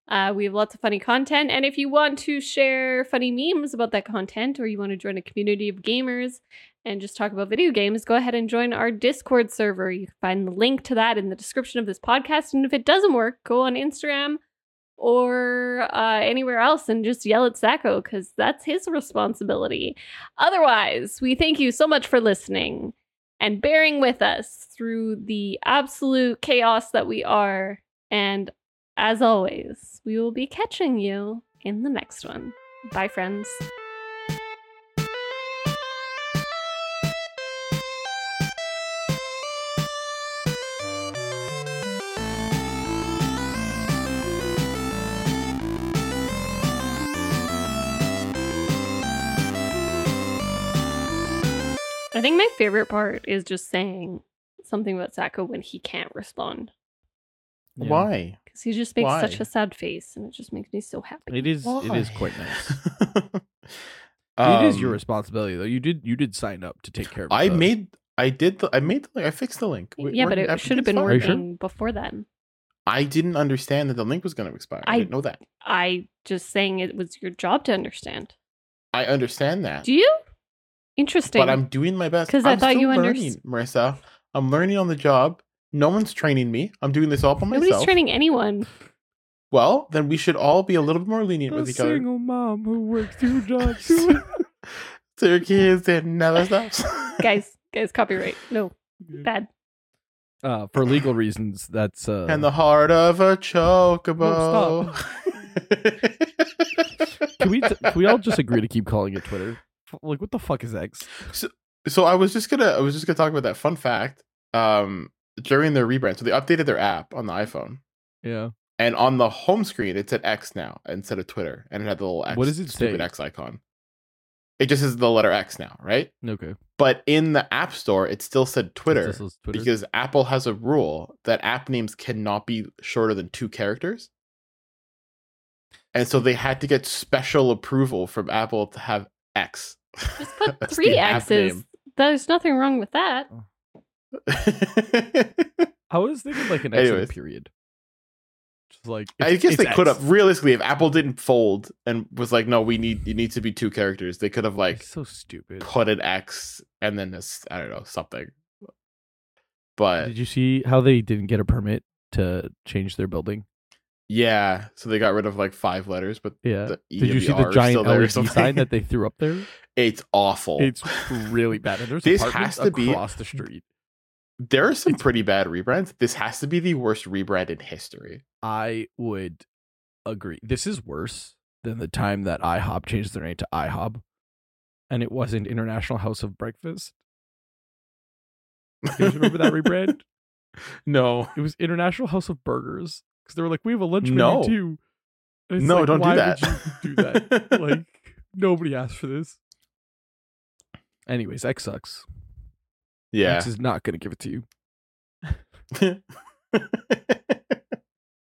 S3: Uh, we have lots of funny content. And if you want to share funny memes about that content or you want to join a community of gamers and just talk about video games, go ahead and join our Discord server. You can find the link to that in the description of this podcast. And if it doesn't work, go on Instagram or uh, anywhere else and just yell at Sacco because that's his responsibility. Otherwise, we thank you so much for listening and bearing with us through the absolute chaos that we are. And as always, we will be catching you in the next one. Bye, friends. I think my favorite part is just saying something about Sacco when he can't respond
S1: Why?
S3: because he just makes
S1: Why?
S3: such a sad face and it just makes me so happy.
S2: It is. It is
S1: Why?
S2: quite nice.
S1: Um,
S2: it is your responsibility though. You did. You did sign up to take care of.
S1: I
S2: yourself.
S1: made. I did. The, I made. The, I fixed the link. We-
S3: yeah,
S1: we're-
S3: but it
S1: everything's
S3: should have been
S1: fine.
S2: Are you sure?
S3: working before then.
S1: I didn't understand that the link was going to expire. I,
S3: I-
S1: didn't know that.
S3: I just saying it was your job to understand.
S1: I understand that,
S3: Do you? Interesting.
S1: but I'm doing my best.
S3: 'Cause I
S1: I'm
S3: thought
S1: still
S3: you
S1: learning,
S3: underst-
S1: Marissa. I'm learning on the job. No one's training me. I'm doing this all by myself.
S3: Nobody's training anyone.
S1: Well, then we should all be a little bit more lenient
S3: Oh,
S1: with each other.
S2: mom who works two
S1: to your kids and never stops.
S3: guys, guys, copyright. No, bad.
S2: uh, for legal reasons, that's uh,
S1: and the heart of a chocobo.
S3: Oh,
S2: No, can we t- can we all just agree to keep calling it Twitter? F- Like, what the fuck is X?
S1: so I was just gonna I was just gonna talk about that fun fact. Um during their rebrand. So they updated their app on the iPhone.
S2: Yeah,
S1: And on the home screen it said X now instead of Twitter. And it had the little X
S2: What does it
S1: stupid
S2: say?
S1: X icon. It just is the letter X now, right?
S2: okay.
S1: But in the app store it still said Twitter.
S2: This is Twitter.
S1: because Apple has a rule that app names cannot be shorter than two characters. And so they had to get special approval from Apple to have X.
S3: Just put
S1: That's
S3: three
S1: the app
S3: X's.
S1: name.
S3: There's nothing wrong with that.
S2: I was thinking like an X and a
S1: Anyways.
S2: period. Just like
S1: I
S2: it's-
S1: guess
S2: it's
S1: they could
S2: X.
S1: have realistically if Apple didn't fold and was like, no, we need it needs to be two characters, they could have like
S2: It's so stupid.
S1: put an X and then this I don't know, something. But
S2: Did you see how they didn't get a permit to change their building?
S1: yeah, so they got rid of like five letters, but
S2: Yeah.
S1: the E
S2: Did you
S1: and
S2: see
S1: R
S2: the
S1: is
S2: giant
S1: still there or
S2: LED
S1: something.
S2: sign that they threw up there?
S1: It's awful.
S2: It's really bad. And there's
S1: This
S2: apartments
S1: has to be-
S2: across the street.
S1: there are some pretty bad rebrands. This has to be the worst rebrand in history.
S2: I would agree. This is worse than the time that IHOP changed their name to IHOB, and it wasn't International House of Breakfast. You guys remember that rebrand?
S1: No.
S2: It was International House of Burgers because they were like, we have a lunch
S1: No.
S2: menu too. And it's
S1: no,
S2: like,
S1: don't
S2: why
S1: do that.
S2: Would you do that? like nobody asked for this. Anyways, X sucks.
S1: yeah.
S2: X is not going to give it to you.